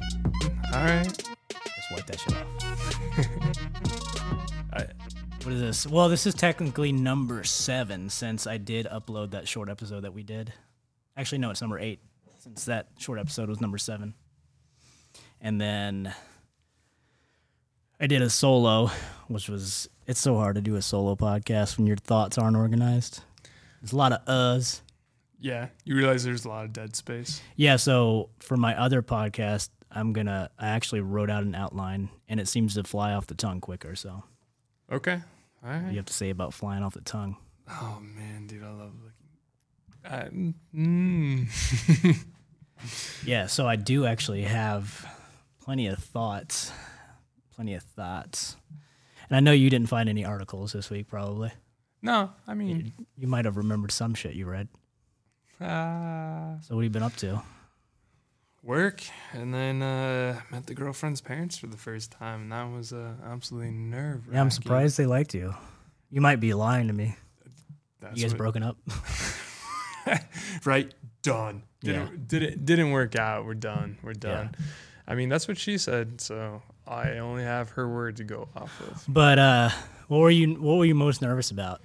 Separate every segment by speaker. Speaker 1: All right.
Speaker 2: Just wipe that shit off. What is this? Well, this is technically number seven since I did upload that short episode that we did. Actually, no, it's number eight since that short episode was number seven. And then I did a solo, which was, it's so hard to do a solo podcast when your thoughts aren't organized. There's a lot of uhs.
Speaker 1: Yeah. You realize there's a lot of dead space.
Speaker 2: Yeah, so for my other podcast, I'm gonna I actually wrote out an outline and it seems to fly off the tongue quicker, so
Speaker 1: Okay. All right.
Speaker 2: you have to say about flying off the tongue.
Speaker 1: Oh man, dude, I love looking. I, mm.
Speaker 2: Yeah, so I do actually have plenty of thoughts. Plenty of thoughts. And I know you didn't find any articles this week probably.
Speaker 1: no, I
Speaker 2: Hmm.
Speaker 1: mean,
Speaker 2: You might have remembered some shit you read.
Speaker 1: uh,
Speaker 2: So what have you been up to?
Speaker 1: work, and then uh, met the girlfriend's parents for the first time, and that was uh, absolutely nerve.
Speaker 2: Yeah, I'm surprised they liked you. You might be lying to me.
Speaker 1: That's
Speaker 2: You guys
Speaker 1: what-
Speaker 2: broken up?
Speaker 1: right? Done.
Speaker 2: Yeah.
Speaker 1: Didn't did it didn't work out. We're done. We're done. I mean, that's what she said. So I only have her word to go off of.
Speaker 2: But uh what were you what were you most nervous about?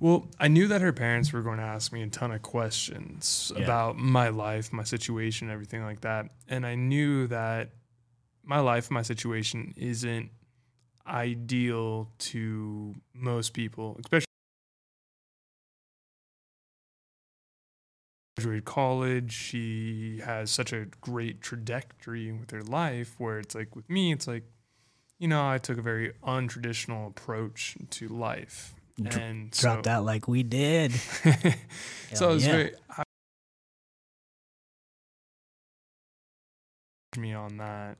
Speaker 1: Well, I knew that her parents were going to ask me a ton of questions
Speaker 2: Yeah.
Speaker 1: about my life, my situation, everything like that. And I knew that my life, my situation isn't ideal to most people, especially graduated college. She has such a great trajectory with her life where it's like with me, it's like, you know, I took a very untraditional approach to life.
Speaker 2: Dr-
Speaker 1: and
Speaker 2: Dropped
Speaker 1: so,
Speaker 2: out like we did.
Speaker 1: so it was
Speaker 2: yeah.
Speaker 1: very I, me on that.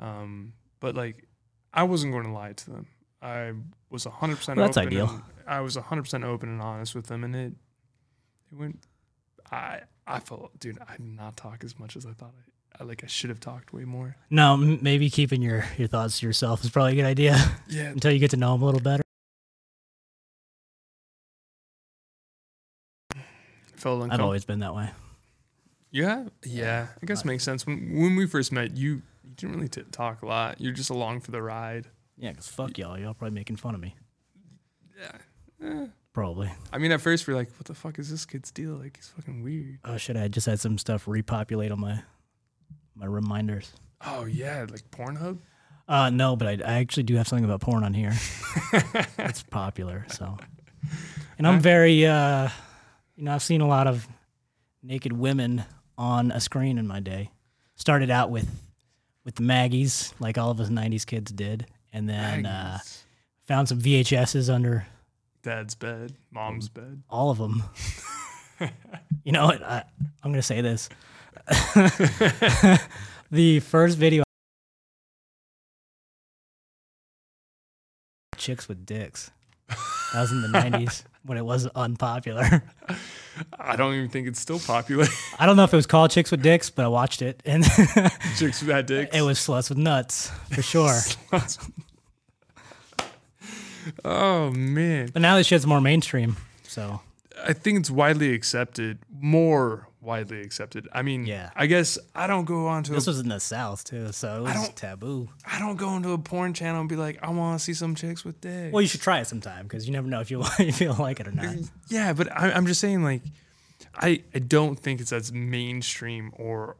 Speaker 1: Um, but like I wasn't going to lie to them. I was 100%
Speaker 2: Well, that's
Speaker 1: open
Speaker 2: ideal.
Speaker 1: and- I was 100% open and honest with them and it it went I I felt dude, I did not talk as much as I thought I, I like I should have talked way more.
Speaker 2: No, m- maybe keeping your, your thoughts to yourself is probably a good idea
Speaker 1: Yeah,
Speaker 2: until you get to know them a little better.
Speaker 1: I felt
Speaker 2: I've
Speaker 1: uncomfortable.
Speaker 2: always been that way.
Speaker 1: Yeah, yeah. I guess it makes sense. When when we first met, you you didn't really t- talk a lot. You're just along for the ride.
Speaker 2: Yeah, because fuck y'all. Y'all probably making fun of me.
Speaker 1: Yeah. Eh.
Speaker 2: Probably.
Speaker 1: I mean, at first we are like, "What the fuck is this kid's deal? Like, he's fucking weird."
Speaker 2: Oh, shit. I just had some stuff repopulate on my my reminders.
Speaker 1: Oh yeah, like Pornhub.
Speaker 2: Uh, no, but I, I actually do have something about porn on here. it's popular, so. And I'm very, uh, you know, I've seen a lot of naked women on a screen in my day. Started out with with the Maggies, like all of us '90s kids did, and then uh,
Speaker 1: Agnes.
Speaker 2: found some VHSs under
Speaker 1: Dad's bed, mom's
Speaker 2: Mm.
Speaker 1: bed.
Speaker 2: all of them. you know what? I, I'm going to say this. the first video chicks with dicks. That was in the 90s when it was unpopular.
Speaker 1: I don't even think it's still popular.
Speaker 2: I don't know if it was called chicks with dicks, but I watched it and
Speaker 1: Chicks with that dick.
Speaker 2: it was sluts with nuts for sure.
Speaker 1: oh man,
Speaker 2: But now this shit's more mainstream. So,
Speaker 1: I think it's widely accepted, more widely accepted. I mean,
Speaker 2: Yeah.
Speaker 1: I guess I don't go onto a
Speaker 2: this was in the South too, so it was
Speaker 1: don't-
Speaker 2: taboo.
Speaker 1: I don't go into a porn channel and be like, I want to see some chicks with dick.
Speaker 2: Well, you should try it sometime because you never know if you, you feel like it or not.
Speaker 1: yeah, but I, I'm just saying, like, I, I don't think it's as mainstream or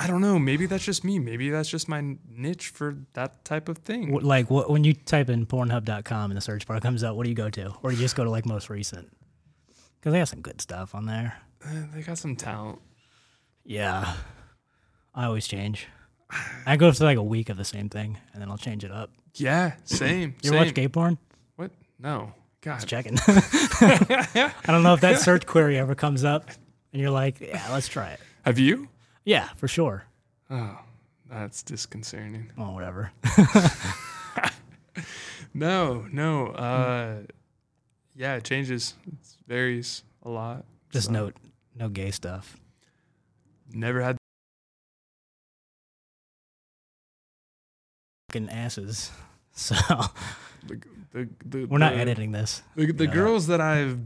Speaker 1: I don't know. Maybe that's just me. Maybe that's just my niche for that type of thing.
Speaker 2: What- like what, when you type in pornhub.com and the search bar comes up what do you go to or do you just go to like most recent because they got some good stuff on there
Speaker 1: Eh, They got some talent.
Speaker 2: yeah i always change i go through like a week of the same thing and then i'll change it up
Speaker 1: Yeah, same.
Speaker 2: you
Speaker 1: same.
Speaker 2: ever watch gay porn
Speaker 1: What? No. God.
Speaker 2: checking i don't know if that search query ever comes up and you're like yeah let's try it
Speaker 1: Have you?
Speaker 2: yeah for sure
Speaker 1: Oh, that's disconcerting.
Speaker 2: oh whatever
Speaker 1: No, no. Uh,
Speaker 2: Hmm.
Speaker 1: yeah, it changes. It varies a lot.
Speaker 2: Just
Speaker 1: So,
Speaker 2: no, no gay stuff.
Speaker 1: Never had.
Speaker 2: Fucking asses. So
Speaker 1: The, the, the,
Speaker 2: we're not
Speaker 1: the-
Speaker 2: editing this.
Speaker 1: The, the
Speaker 2: know that.
Speaker 1: girls that I've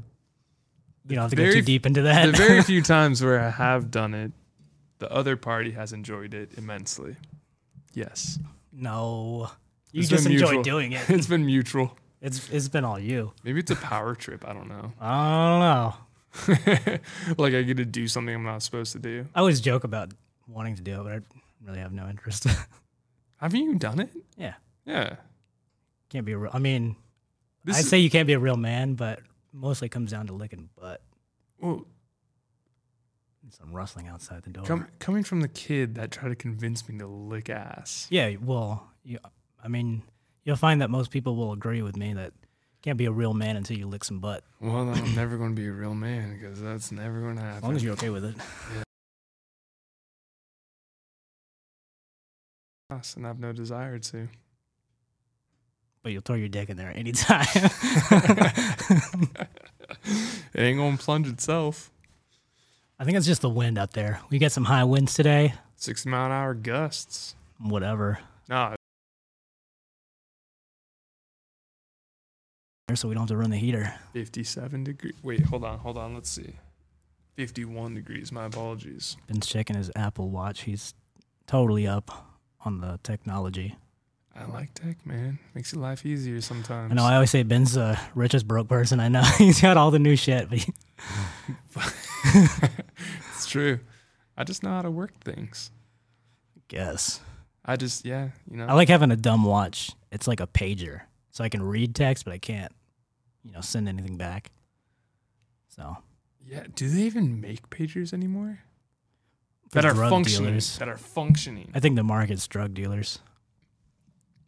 Speaker 2: You don't have to
Speaker 1: Very
Speaker 2: go too
Speaker 1: f-
Speaker 2: deep into that.
Speaker 1: the very few times where I have done it, the other party has enjoyed it immensely. Yes,
Speaker 2: no, you
Speaker 1: It's
Speaker 2: just
Speaker 1: been
Speaker 2: enjoy
Speaker 1: mutual.
Speaker 2: doing it.
Speaker 1: it's been mutual.
Speaker 2: It's it's been all you.
Speaker 1: Maybe it's a power trip. I don't know.
Speaker 2: I don't know.
Speaker 1: like I get to do something I'm not supposed to do.
Speaker 2: I always joke about wanting to do it, but I really have no interest.
Speaker 1: Haven't you done it?
Speaker 2: yeah,
Speaker 1: Yeah.
Speaker 2: can't be a real. I mean,
Speaker 1: This
Speaker 2: I'd
Speaker 1: is-
Speaker 2: say you can't be a real man, but mostly it comes down to licking butt.
Speaker 1: well,
Speaker 2: and Some rustling outside the door.
Speaker 1: com- coming from the kid that tried to convince me to lick ass.
Speaker 2: Yeah, well, you, I mean, you'll find that most people will agree with me that you can't be a real man until you lick some butt.
Speaker 1: Well, then I'm never going to be a real man because that's never going to
Speaker 2: As long as
Speaker 1: happen.
Speaker 2: you're okay with it.
Speaker 1: Ass, And I have no desire to.
Speaker 2: But you'll throw your dick in there anytime.
Speaker 1: It ain't going to plunge itself.
Speaker 2: I think it's just the wind up there. We got some high winds today.
Speaker 1: 60 mile an hour gusts.
Speaker 2: Whatever.
Speaker 1: Nah,
Speaker 2: So we don't have to run the heater.
Speaker 1: 57 degrees. Wait, hold on, hold on. Let's see. 51 degrees. My apologies.
Speaker 2: Ben's checking his Apple Watch. He's totally up on the technology.
Speaker 1: I like tech, man. Makes your life easier sometimes.
Speaker 2: I know I always say Ben's the richest broke person I know. He's got all the new shit, but he-
Speaker 1: it's true. I just know how to work things.
Speaker 2: guess.
Speaker 1: I just, yeah, you know.
Speaker 2: I like having a dumb watch. It's like a pager. So I can read text, but I can't, you know, send anything back. So
Speaker 1: yeah, do they even make pagers anymore?
Speaker 2: for
Speaker 1: That are
Speaker 2: drug
Speaker 1: functioning.
Speaker 2: dealers.
Speaker 1: That are functioning.
Speaker 2: I think the market's drug dealers.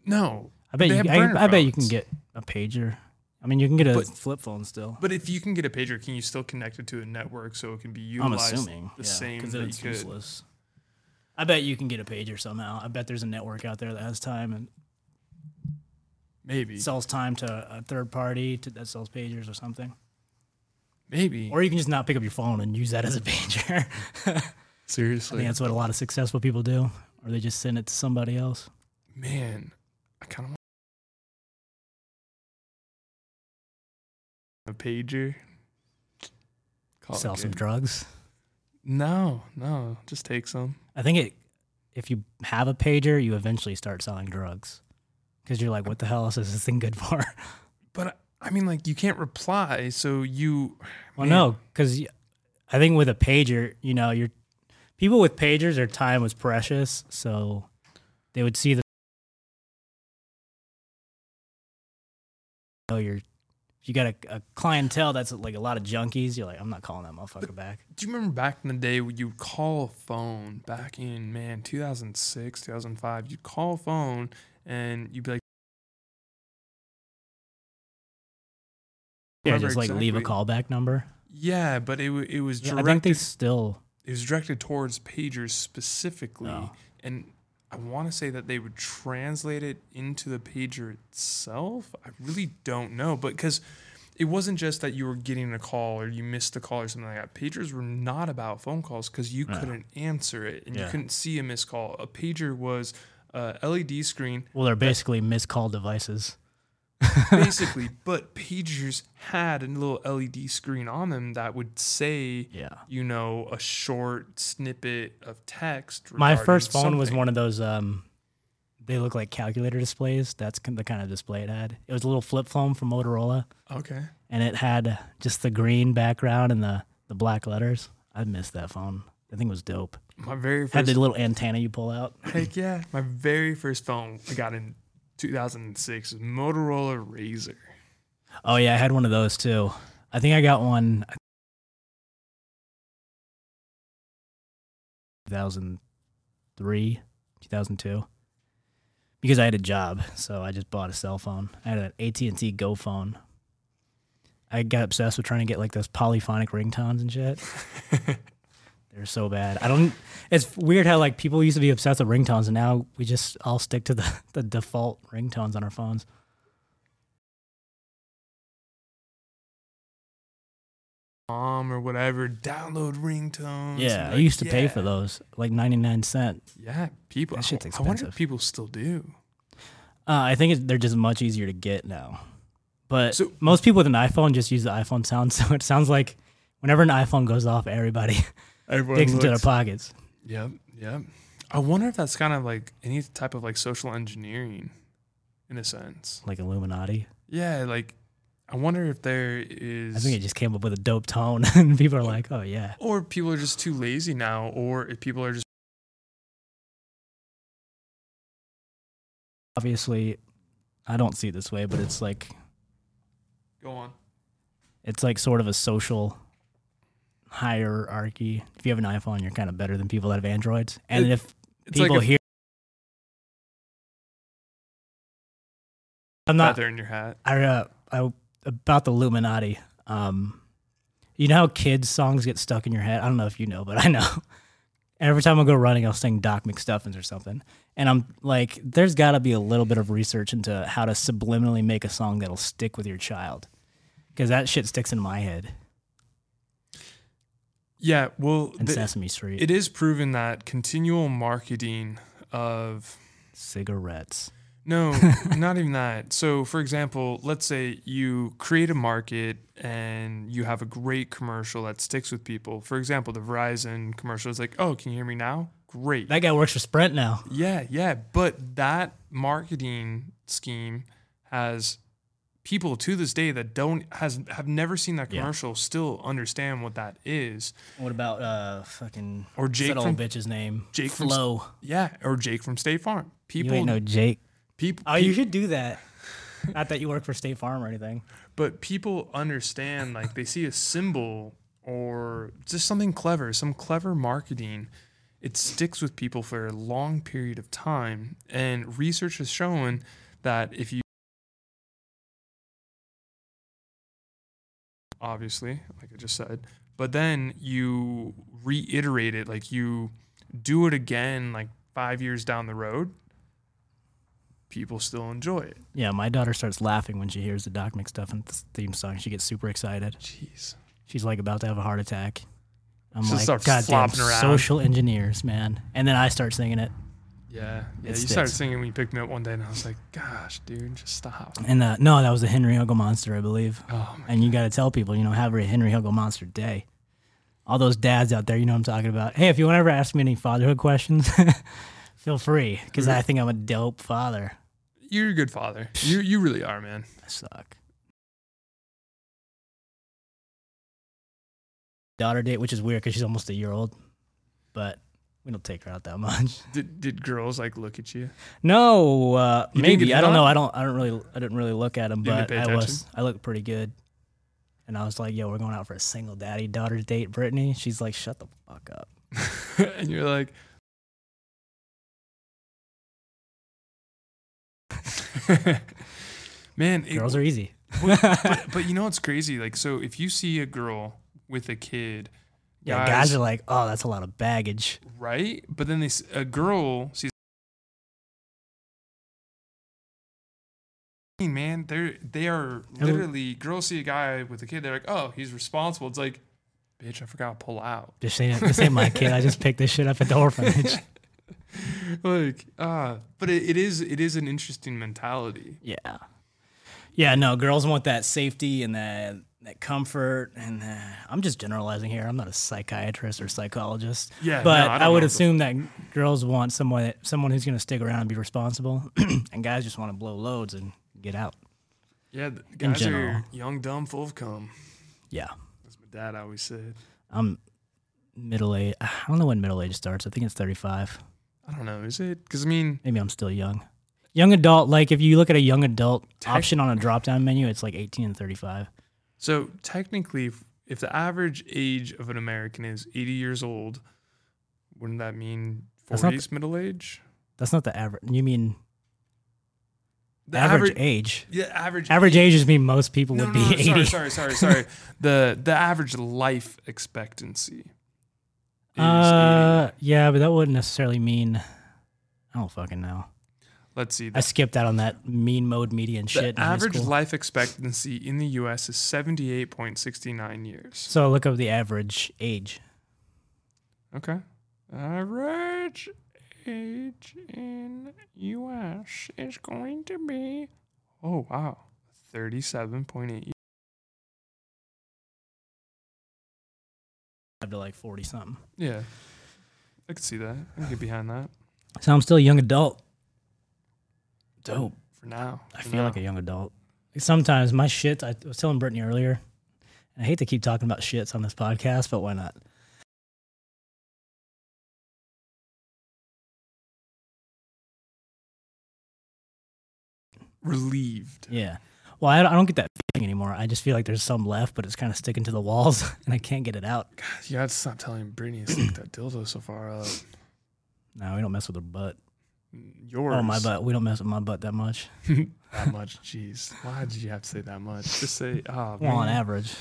Speaker 1: No.
Speaker 2: I bet
Speaker 1: they
Speaker 2: you
Speaker 1: have burner
Speaker 2: I, I bet you can
Speaker 1: phones.
Speaker 2: get a pager. I mean you can get a
Speaker 1: But-
Speaker 2: flip phone still.
Speaker 1: But if you can get a pager, can you still connect it to a network so it can be
Speaker 2: I'm
Speaker 1: utilized
Speaker 2: assuming
Speaker 1: the
Speaker 2: yeah,
Speaker 1: same
Speaker 2: 'cause
Speaker 1: that
Speaker 2: it's
Speaker 1: you could?
Speaker 2: useless. I bet you can get a pager somehow. I bet there's a network out there that has time and
Speaker 1: Maybe.
Speaker 2: sells time to a third party to, that sells pagers or something.
Speaker 1: Maybe.
Speaker 2: Or you can just not pick up your phone and use that as a pager. I
Speaker 1: Seriously.
Speaker 2: think that's what a lot of successful people do, or they just send it to somebody else.
Speaker 1: Man, I kind of want a pager. Call it
Speaker 2: sell some
Speaker 1: good.
Speaker 2: drugs.
Speaker 1: No, no, just take some.
Speaker 2: I think it. If you have a pager, you eventually start selling drugs because you're like, what the hell else is this thing good for?
Speaker 1: But I- I mean, like, you can't reply, so you.
Speaker 2: well,
Speaker 1: Man,
Speaker 2: no, because I think with a pager, you know, you're people with pagers, their time was precious, so they would see the. Oh, you're. If you got a, a clientele that's like a lot of junkies, you're like, I'm not calling that motherfucker back.
Speaker 1: Do you remember back in the day when you call a phone back in man 2006, 2005? You'd call a phone and you'd be like,
Speaker 2: Yeah,
Speaker 1: Remember
Speaker 2: just like leave a
Speaker 1: exactly.
Speaker 2: callback number.
Speaker 1: Yeah, but it wa- it was
Speaker 2: Yeah, I think they
Speaker 1: directed
Speaker 2: still.
Speaker 1: it was directed towards pagers specifically,
Speaker 2: Oh.
Speaker 1: and I want to say that they would translate it into the pager itself. I really don't know, but because it wasn't just that you were getting a call or you missed a call or something like that. Pagers were not about phone calls because you couldn't answer it and
Speaker 2: Yeah.
Speaker 1: you couldn't see a missed call. A pager was a LED screen
Speaker 2: Well, they're basically missed call devices.
Speaker 1: basically, but pagers had a little LED screen on them that would say,
Speaker 2: Yeah.
Speaker 1: you know, a short snippet of text.
Speaker 2: My
Speaker 1: regarding
Speaker 2: first phone was
Speaker 1: something.
Speaker 2: one of those. Um, they look like calculator displays. That's kin- the kind of display it had. It was a little flip phone from Motorola,
Speaker 1: Okay.
Speaker 2: and it had just the green background and the the black letters. I missed that phone. That thing was dope.
Speaker 1: My very
Speaker 2: Had
Speaker 1: first.
Speaker 2: the little antenna you pull out.
Speaker 1: Heck yeah. My very first phone I got in 2006 was Motorola Razor.
Speaker 2: Oh yeah, I had one of those too. I think I got one. 2003, 2002, because I had a job, so I just bought a cell phone. I had an AT and T Go phone. I got obsessed with trying to get like those polyphonic ringtones and shit. They're so bad. I don't. It's weird how like people used to be obsessed with ringtones, and now we just all stick to the the default ringtones on our phones.
Speaker 1: mom or whatever, download ringtones. and be
Speaker 2: Yeah, I
Speaker 1: like,
Speaker 2: used to pay
Speaker 1: "Yeah."
Speaker 2: for those, like ninety nine cent.
Speaker 1: Yeah, people.
Speaker 2: That shit's
Speaker 1: I, I wonder if
Speaker 2: expensive.
Speaker 1: people still do.
Speaker 2: Uh, I think it, they're just much easier to get now. But
Speaker 1: So-
Speaker 2: most people with an iPhone just use the iPhone sound, so it sounds like whenever an iPhone goes off, everybody
Speaker 1: Everyone
Speaker 2: digs into their
Speaker 1: looks-
Speaker 2: pockets.
Speaker 1: Yep, yep. I wonder if that's kind of like any type of like social engineering, in a sense.
Speaker 2: Like Illuminati.
Speaker 1: Yeah, like I wonder if there is.
Speaker 2: I think it just came up with a dope tone, and people are like, "Oh yeah,
Speaker 1: or people are just too lazy now, or if people are just
Speaker 2: obviously." I don't see it this way, but it's like
Speaker 1: go on.
Speaker 2: it's like sort of a social hierarchy. If you have an iPhone, you're kind of better than people that have Androids, and
Speaker 1: It-
Speaker 2: if
Speaker 1: It's
Speaker 2: people
Speaker 1: like a
Speaker 2: here, I'm not.
Speaker 1: feather in your hat.
Speaker 2: I, uh, I about the Illuminati. Um, you know how kids' songs get stuck in your head. I don't know if you know, but I know. Every time I go running, I'll sing Doc McStuffins or something, and I'm like, there's got to be a little bit of research into how to subliminally make a song that'll stick with your child, because that shit sticks in my head.
Speaker 1: Yeah, well,
Speaker 2: And
Speaker 1: the-
Speaker 2: Sesame Street,
Speaker 1: it is proven that continual marketing of
Speaker 2: cigarettes.
Speaker 1: No, not even that. So, for example, let's say you create a market and you have a great commercial that sticks with people. For example, the Verizon commercial is like, oh, can you hear me now? Great.
Speaker 2: That guy works for Sprint now.
Speaker 1: yeah, yeah. But that marketing scheme has people to this day that don't has have never seen that
Speaker 2: Yeah.
Speaker 1: commercial still understand what that is.
Speaker 2: What about uh fucking
Speaker 1: Or
Speaker 2: what's
Speaker 1: Jake
Speaker 2: that
Speaker 1: from-
Speaker 2: old bitch's name?
Speaker 1: Jake from-
Speaker 2: Flo.
Speaker 1: Yeah. Or Jake from State Farm.
Speaker 2: You
Speaker 1: People
Speaker 2: ain't no Jake.
Speaker 1: people
Speaker 2: Oh, you should do that. Not that you work for State Farm or anything.
Speaker 1: but people understand like they see a symbol or just something clever some clever marketing it sticks with people for a long period of time and research has shown that if you obviously like i just said but then you reiterate it like you do it again like 5 years down the road people still enjoy it
Speaker 2: Yeah, my daughter starts laughing when she hears the Doc McStuffins theme song. She gets super excited.
Speaker 1: jeez
Speaker 2: She's like about to have a heart attack. I'm
Speaker 1: She
Speaker 2: like,
Speaker 1: starts
Speaker 2: goddamn
Speaker 1: flopping around."
Speaker 2: social engineers, man. And then I start singing it.
Speaker 1: Yeah, yeah.
Speaker 2: It
Speaker 1: you started
Speaker 2: sticks.
Speaker 1: singing when you picked me up one day, and I was like, "Gosh, dude, just stop."
Speaker 2: And uh, no, that was the Henry Hugel Monster, I believe.
Speaker 1: Oh my.
Speaker 2: And you got to tell people, you know, have a Henry Hugel Monster Day. All those dads out there, you know what I'm talking about. Hey, if you want to ever ask me any fatherhood questions, feel free because I think I'm a dope father.
Speaker 1: You're a good father. You you really are, man.
Speaker 2: I suck. Daughter date, which is weird because she's almost a year old, but we don't take her out that much.
Speaker 1: Did did girls like look at you?
Speaker 2: No, uh,
Speaker 1: You didn't
Speaker 2: maybe
Speaker 1: get
Speaker 2: I don't
Speaker 1: none?
Speaker 2: know. I don't. I don't really. I didn't really look at him,
Speaker 1: didn't
Speaker 2: but
Speaker 1: pay
Speaker 2: I was.
Speaker 1: attention?
Speaker 2: I looked pretty good, and I was like, "Yo, we're going out for a single daddy daughter date, Brittany." She's like, "Shut the fuck up."
Speaker 1: and you're like, man. It,
Speaker 2: Girls are easy.
Speaker 1: but, but you know what's crazy? Like, so if you see a girl with a kid,
Speaker 2: Yeah, guys,
Speaker 1: guys-
Speaker 2: are like, "Oh, that's a lot of baggage."
Speaker 1: right? But then they s- a girl sees. Hey, Man, they're they are
Speaker 2: Hello.
Speaker 1: literally girls see a guy with a kid. They're like, oh, he's responsible. It's like, bitch, I forgot to pull out.
Speaker 2: This ain't. This ain't my kid. I just picked this shit up at the orphanage.
Speaker 1: Like, ah, but it, it is it is an interesting mentality.
Speaker 2: Yeah. Yeah, no, girls want that safety and that that comfort and uh, I'm just generalizing here. I'm not a psychiatrist or psychologist.
Speaker 1: Yeah, no,
Speaker 2: but
Speaker 1: I don't
Speaker 2: I, would
Speaker 1: know.
Speaker 2: assume that girls want someone that, someone who's going to stick around and be responsible and guys just want to blow loads and get out.
Speaker 1: Yeah, the guys are
Speaker 2: general.
Speaker 1: young, dumb, full of cum.
Speaker 2: Yeah.
Speaker 1: That's what my dad always said.
Speaker 2: I'm middle age. I don't know when middle age starts. I think it's 35.
Speaker 1: I don't know, is it? Because I mean,
Speaker 2: Maybe I'm still young. Young adult like if you look at a young adult option on a drop-down menu, it's like 18 and 35.
Speaker 1: So technically, if, if the average age of an American is 80 years old, wouldn't that mean
Speaker 2: That's not
Speaker 1: 40s middle age?
Speaker 2: That's not the average. You mean
Speaker 1: The
Speaker 2: average
Speaker 1: aver-
Speaker 2: age?
Speaker 1: yeah, average,
Speaker 2: Average age is mean most people
Speaker 1: No,
Speaker 2: would
Speaker 1: no,
Speaker 2: be
Speaker 1: no, sorry,
Speaker 2: 80.
Speaker 1: sorry, sorry, sorry. the the average life expectancy is 80.
Speaker 2: Uh, yeah, but that wouldn't necessarily mean. I don't fucking know.
Speaker 1: Let's see.
Speaker 2: I skipped out on that mean mode media and
Speaker 1: The
Speaker 2: shit. in high
Speaker 1: average
Speaker 2: school.
Speaker 1: life expectancy in the U.S. is 78.69 years.
Speaker 2: So look up the average age.
Speaker 1: Okay. Average age in U.S. is going to be, oh, wow, 37.8.
Speaker 2: Up to like forty something.
Speaker 1: Yeah. I could see that. I can get behind that
Speaker 2: So I'm still a young adult. Dope.
Speaker 1: for now.
Speaker 2: I
Speaker 1: for
Speaker 2: feel
Speaker 1: now.
Speaker 2: like a young adult. Sometimes my shit. I was telling Brittany earlier. And I hate to keep talking about shits on this podcast, but why not?
Speaker 1: relieved.
Speaker 2: Yeah. Well, I don't, I don't get that feeling anymore. I just feel like there's some left, but it's kind of sticking to the walls, and I can't get it out.
Speaker 1: You gotta stop telling Brittany to stick that dildo so far up.
Speaker 2: No, we don't mess with her butt.
Speaker 1: Yours.
Speaker 2: Oh, my butt. We don't mess with my butt that much.
Speaker 1: That much. Jeez. Why did you have to say that much? Just say, ah,
Speaker 2: Well, on
Speaker 1: man.
Speaker 2: average.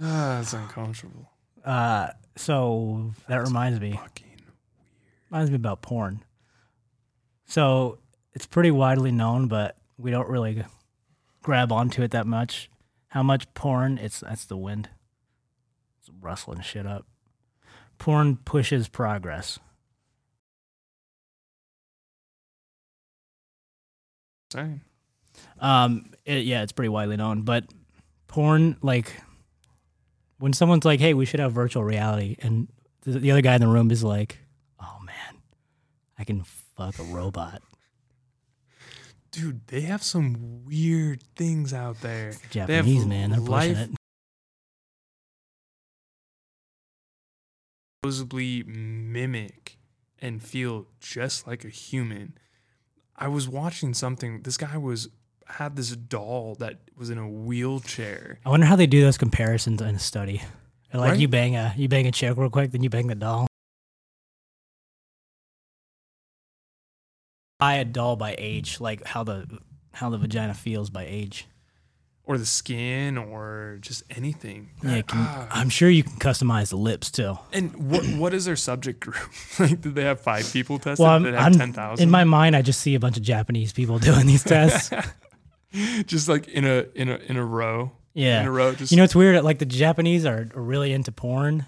Speaker 1: Ah, it's uncomfortable.
Speaker 2: Uh, so that reminds me.
Speaker 1: Fucking.
Speaker 2: Reminds me about porn. So it's pretty widely known, but we don't really grab onto it that much. How much porn? It's that's the wind. It's rustling shit up. Porn pushes progress.
Speaker 1: Dang.
Speaker 2: Um, it, yeah, it's pretty widely known, but porn, like, when someone's like, "Hey, we should have virtual reality," and th- the other guy in the room is like, "Oh man, I can fuck a robot."
Speaker 1: Dude, they have some weird things out there. They have
Speaker 2: Japanese man, they're pushing
Speaker 1: life-
Speaker 2: it.
Speaker 1: Supposedly mimic and feel just like a human. I was watching something. This guy was had this doll that was in a wheelchair.
Speaker 2: I wonder how they do those comparisons in a study. They're Like
Speaker 1: Right?
Speaker 2: you bang a you bang a chick real quick, then you bang the doll. Buy a doll by age, like how the how the vagina feels by age.
Speaker 1: Or the skin, or just anything.
Speaker 2: Yeah, can,
Speaker 1: Ah.
Speaker 2: I'm sure you can customize the lips too.
Speaker 1: And what what is their subject group? like, did they have five people tested
Speaker 2: Well, I'm,
Speaker 1: that
Speaker 2: I'm-
Speaker 1: have ten thousand?
Speaker 2: in my mind, I just see a bunch of Japanese people doing these tests.
Speaker 1: just like in a in a in a row.
Speaker 2: Yeah.
Speaker 1: in a row. Just
Speaker 2: you know, it's weird. Like the Japanese are, are really into porn,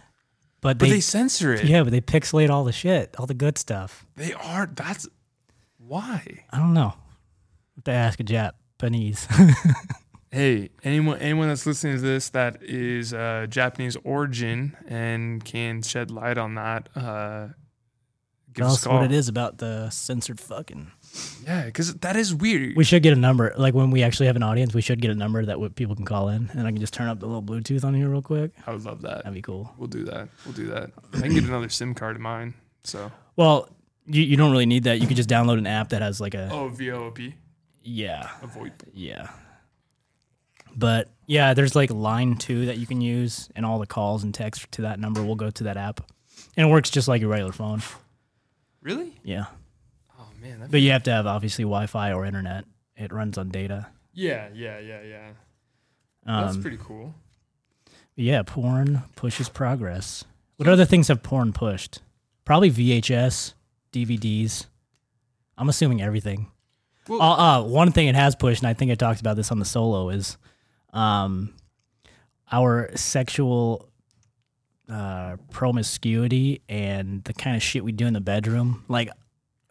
Speaker 2: but
Speaker 1: but
Speaker 2: they,
Speaker 1: they censor it.
Speaker 2: yeah, but they pixelate all the shit, all the good stuff.
Speaker 1: They are. That's why.
Speaker 2: I don't know. If they ask a Japanese,
Speaker 1: Hey, anyone anyone that's listening to this that is uh, Japanese origin and can shed light on that, uh, give
Speaker 2: tell
Speaker 1: us
Speaker 2: us
Speaker 1: a call.
Speaker 2: what it is about the censored fucking.
Speaker 1: Yeah, because that is weird.
Speaker 2: We should get a number. Like when we actually have an audience, we should get a number that what people can call in, and I can just turn up the little Bluetooth on here real quick.
Speaker 1: I would love that.
Speaker 2: That'd be cool.
Speaker 1: We'll do that. We'll do that. I can get another SIM card of mine. So
Speaker 2: Well, you, you don't really need that. You could just download an app that has like a
Speaker 1: oh, VOP,
Speaker 2: yeah.
Speaker 1: avoid.
Speaker 2: Yeah. But yeah, there's like line two that you can use, and all the calls and texts to that number will go to that app. And it works just like your regular phone.
Speaker 1: Really?
Speaker 2: Yeah.
Speaker 1: Oh man, that
Speaker 2: But you have to have obviously Wi Fi or internet, it runs on data.
Speaker 1: Yeah, yeah, yeah, yeah.
Speaker 2: Um,
Speaker 1: That's pretty cool.
Speaker 2: yeah, porn pushes progress. What other things have porn pushed? Probably VHS, DVDs. I'm assuming everything.
Speaker 1: Well-
Speaker 2: uh, uh, one thing it has pushed, and I think I talked about this on the solo, is um, our sexual uh, promiscuity and the kind of shit we do in the bedroom. Like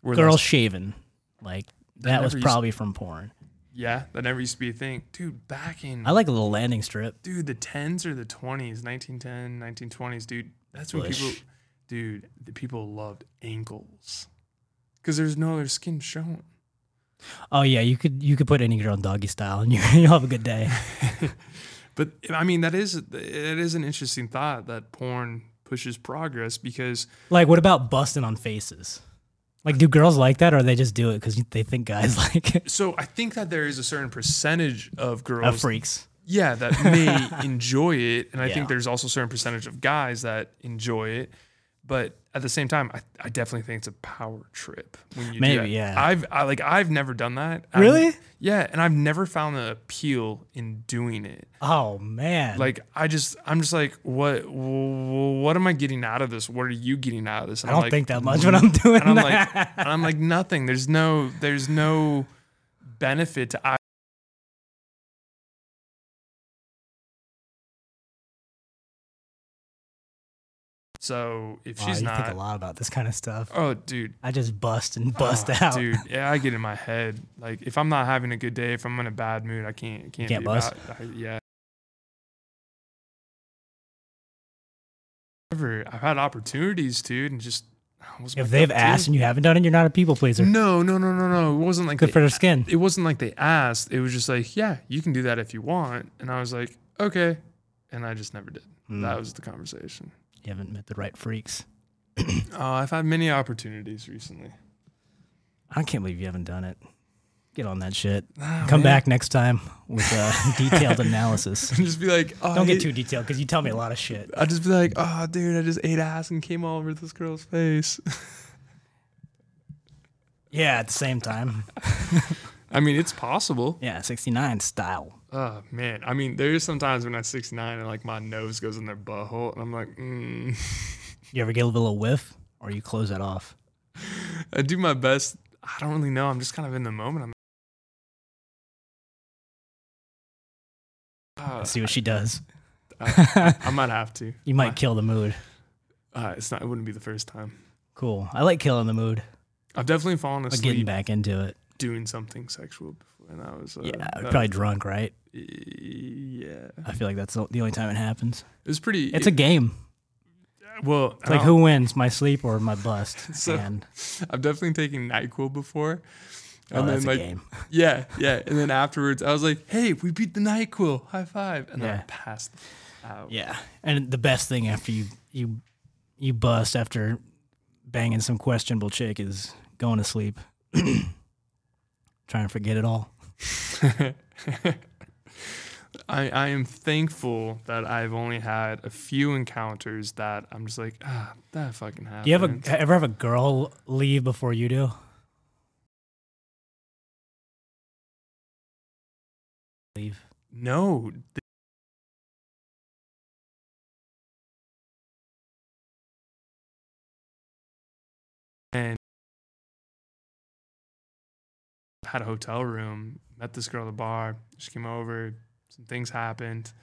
Speaker 1: Where
Speaker 2: girl
Speaker 1: that's-
Speaker 2: shaving, like that
Speaker 1: never
Speaker 2: was
Speaker 1: used-
Speaker 2: probably from porn.
Speaker 1: yeah, that never used to be a thing, dude. Back in
Speaker 2: I like a little landing strip.
Speaker 1: dude the tens or the twenties, 1910, 1920s, dude. That's when
Speaker 2: Bush.
Speaker 1: people, dude, the people loved ankles because there's no other skin shown.
Speaker 2: Oh yeah, you could you could put any girl in doggy style, and you, you'll have a good day.
Speaker 1: But I mean, that is that is an interesting thought that porn pushes progress because
Speaker 2: Like, what about busting on faces? Like, do girls like that, or they just do it because they think guys like it?
Speaker 1: so I think that there is a certain percentage of
Speaker 2: Uh,
Speaker 1: girls
Speaker 2: freaks?
Speaker 1: yeah that may enjoy it and i
Speaker 2: Yeah.
Speaker 1: think there's also a certain percentage of guys that enjoy it But at the same time, I, I definitely think it's a power trip when you do
Speaker 2: Maybe,
Speaker 1: that.
Speaker 2: yeah.
Speaker 1: I've I, like I've never done that. I've-
Speaker 2: Really?
Speaker 1: yeah, and I've never found the appeal in doing it.
Speaker 2: Oh man.
Speaker 1: Like I just I'm just like what wh- wh- what am I getting out of this? What are you getting out of this? And
Speaker 2: I
Speaker 1: I'm
Speaker 2: don't
Speaker 1: like,
Speaker 2: think that much when I'm doing
Speaker 1: and I'm
Speaker 2: that.
Speaker 1: like and I'm like nothing. There's no there's no benefit to I So if
Speaker 2: Wow,
Speaker 1: she's
Speaker 2: you
Speaker 1: not
Speaker 2: think a lot about this kind of stuff.
Speaker 1: Oh dude,
Speaker 2: I just bust and bust
Speaker 1: Oh,
Speaker 2: out.
Speaker 1: Dude, yeah, I get in my head. Like if I'm not having a good day, if I'm in a bad mood, I can't can't,
Speaker 2: can't
Speaker 1: be
Speaker 2: bust?
Speaker 1: about- I, yeah. Ever, I've had opportunities, dude, and just I wasn't
Speaker 2: If
Speaker 1: like
Speaker 2: they've
Speaker 1: that,
Speaker 2: asked
Speaker 1: dude.
Speaker 2: and you haven't done it, you're not a people pleaser.
Speaker 1: no, no, no, no, no. It wasn't like
Speaker 2: Good
Speaker 1: they-
Speaker 2: for their skin.
Speaker 1: it wasn't like they asked. It was just like, yeah, you can do that if you want, and I was like, okay, and I just never did.
Speaker 2: Hmm.
Speaker 1: That was the conversation.
Speaker 2: Mm, You haven't met the right freaks.
Speaker 1: Oh, I've had many opportunities recently.
Speaker 2: I can't believe you haven't done it. Get on that shit.
Speaker 1: Nah,
Speaker 2: Come
Speaker 1: Ah, Oh, man.
Speaker 2: back next time with a detailed analysis.
Speaker 1: just be like, oh, I
Speaker 2: Don't
Speaker 1: hate-
Speaker 2: get too detailed because you tell me a lot of shit.
Speaker 1: I'd just be like, oh, dude, I just ate ass and came all over this girl's face.
Speaker 2: Yeah, at the same time.
Speaker 1: I mean, it's possible.
Speaker 2: Yeah, 69 style.
Speaker 1: Oh, man. I mean, there's sometimes when I'm 69 and like my nose goes in their butthole and I'm like, mm.
Speaker 2: You ever get a little whiff or you close that off?
Speaker 1: I do my best. I don't really know. I'm just kind of in the moment. I'm Ah,
Speaker 2: Let's see what she does.
Speaker 1: I might have to.
Speaker 2: You might kill the mood.
Speaker 1: Uh, it's not. It wouldn't be the first time.
Speaker 2: Cool. I like killing the mood,
Speaker 1: I've definitely fallen
Speaker 2: but getting
Speaker 1: asleep
Speaker 2: back into it.
Speaker 1: doing something sexual before, and I was uh,
Speaker 2: Yeah,
Speaker 1: that-
Speaker 2: probably drunk, right?
Speaker 1: yeah.
Speaker 2: I feel like that's the the only time it happens.
Speaker 1: It was pretty.
Speaker 2: It's a game.
Speaker 1: well.
Speaker 2: It's like who wins, my sleep or my bust?
Speaker 1: Oh. So-
Speaker 2: and
Speaker 1: I've definitely taken NyQuil before.
Speaker 2: oh, that's a game.
Speaker 1: yeah, yeah. And then afterwards, I was like, "Hey, we beat the Nyquil! High five!" And then I
Speaker 2: Yeah.
Speaker 1: passed out.
Speaker 2: Yeah, and the best thing after you you you bust after banging some questionable chick is going to sleep, trying to forget it all.
Speaker 1: I, I am thankful that I've only had a few encounters that I'm just like, ah, that fucking happened.
Speaker 2: Do you have a, ever have a girl leave before you do? Leave.
Speaker 1: no? th- And had a hotel room. Met this girl at the bar. She came over. Some things happened.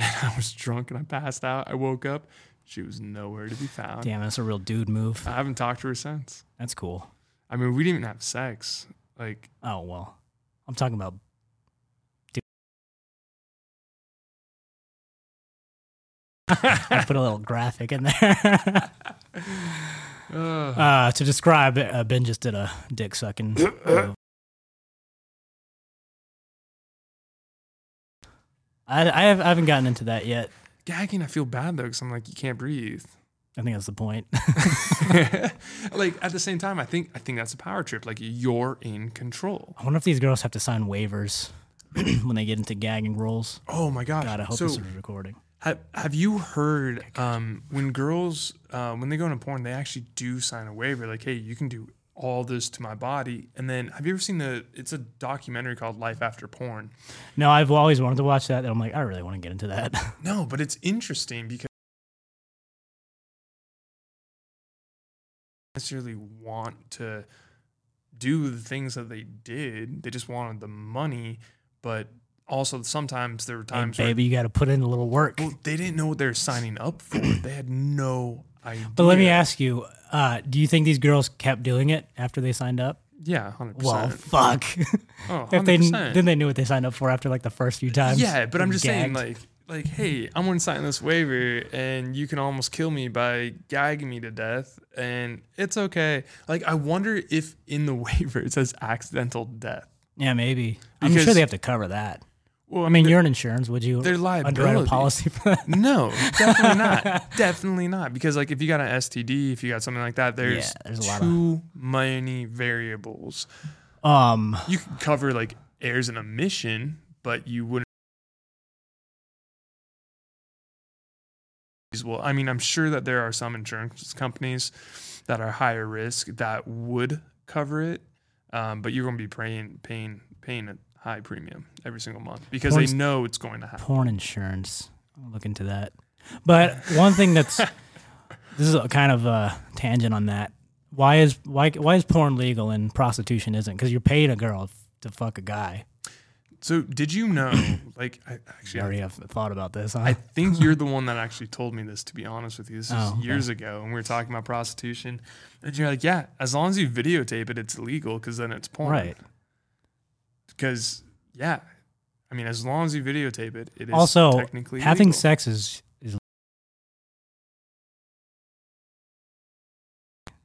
Speaker 1: And I was drunk and I passed out. I woke up. She was nowhere to be found.
Speaker 2: Damn, that's a real dude move.
Speaker 1: I haven't talked to her since.
Speaker 2: That's cool.
Speaker 1: I mean, we didn't even have sex. Like,
Speaker 2: Oh well, I'm talking about. dude. I put a little graphic in there
Speaker 1: ugh.
Speaker 2: uh, to describe. it, Uh, ben just did a dick sucking. move. I I, have, I haven't gotten into that yet.
Speaker 1: gagging, I feel bad though, because I'm like, you can't breathe.
Speaker 2: I think that's the point.
Speaker 1: like at the same time, I think I think that's a power trip. Like you're in control.
Speaker 2: I wonder if these girls have to sign waivers when they get into gagging roles.
Speaker 1: Oh my gosh!
Speaker 2: God, I hope
Speaker 1: so
Speaker 2: this is recording.
Speaker 1: have, have you heard um, when girls uh, when they go into porn, they actually do sign a waiver, like, hey, you can do all this to my body. And then have you ever seen the? It's a documentary called Life After Porn.
Speaker 2: No, I've always wanted to watch that, and I'm like, I really want to get into that.
Speaker 1: No, but it's interesting because necessarily want to do the things that they did. They just wanted the money, but also sometimes there were
Speaker 2: Hey,
Speaker 1: times
Speaker 2: baby, you got to put in a little work.
Speaker 1: where well, they didn't know what they were signing up for. they had no idea.
Speaker 2: But let me ask you, uh, do you think these girls kept doing it after they signed up?
Speaker 1: Yeah, hundred
Speaker 2: Well,
Speaker 1: percent.
Speaker 2: fuck.
Speaker 1: Oh,
Speaker 2: if they
Speaker 1: 100%.
Speaker 2: then they knew what they signed up for after like the first few times.
Speaker 1: Yeah, but I'm
Speaker 2: and
Speaker 1: just saying,
Speaker 2: gagged.
Speaker 1: like, like, hey, I'm gonna sign this waiver, and you can almost kill me by gagging me to death, and it's okay. Like, I wonder if in the waiver it says accidental death.
Speaker 2: yeah, maybe. I'm
Speaker 1: Because-
Speaker 2: sure they have to cover that.
Speaker 1: Well,
Speaker 2: I mean, you're an insurance, would you?
Speaker 1: Their
Speaker 2: Underwrite a
Speaker 1: liability.
Speaker 2: policy for that.
Speaker 1: no, definitely not, definitely not, because like if you got an STD, if you got something like that, there's,
Speaker 2: Yeah, there's a lot of-
Speaker 1: too many variables.
Speaker 2: Um,
Speaker 1: You could cover like errors and omission, but you wouldn't. well. I mean, I'm sure that there are some insurance companies that are higher risk that would cover it, um, but you're going to be paying paying paying a high premium every single month because
Speaker 2: Porn's-
Speaker 1: they know it's going to happen.
Speaker 2: porn insurance. I'll look into that. But one thing that's this is a kind of a tangent on that. Why is why why is porn legal and prostitution isn't? Because you're paid a girl to fuck a guy.
Speaker 1: So did you know? Like, I
Speaker 2: You
Speaker 1: actually. I
Speaker 2: already have thought about this. Huh?
Speaker 1: I think you're the one that actually told me this, to be honest with you. This
Speaker 2: Oh,
Speaker 1: was
Speaker 2: okay.
Speaker 1: years ago, and we were talking about prostitution. And you're like, yeah, as long as you videotape it, it's legal because then it's porn.
Speaker 2: right.
Speaker 1: because yeah i mean as long as you videotape it it is
Speaker 2: Also,
Speaker 1: technically
Speaker 2: Having
Speaker 1: legal.
Speaker 2: sex is is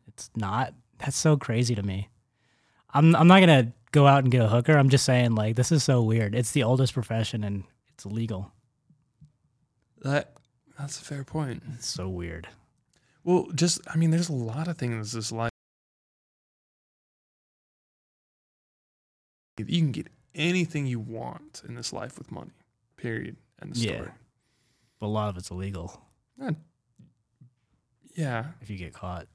Speaker 2: it's not. That's so crazy to me. I'm I'm not gonna go out and get a hooker. I'm just saying like this is so weird. It's the oldest profession and it's illegal.
Speaker 1: that that's a fair point
Speaker 2: It's so weird.
Speaker 1: well just i mean there's a lot of things this life you can get anything you want in this life with money period and the
Speaker 2: Yeah.
Speaker 1: story
Speaker 2: But a lot of it's illegal
Speaker 1: yeah
Speaker 2: if you get caught.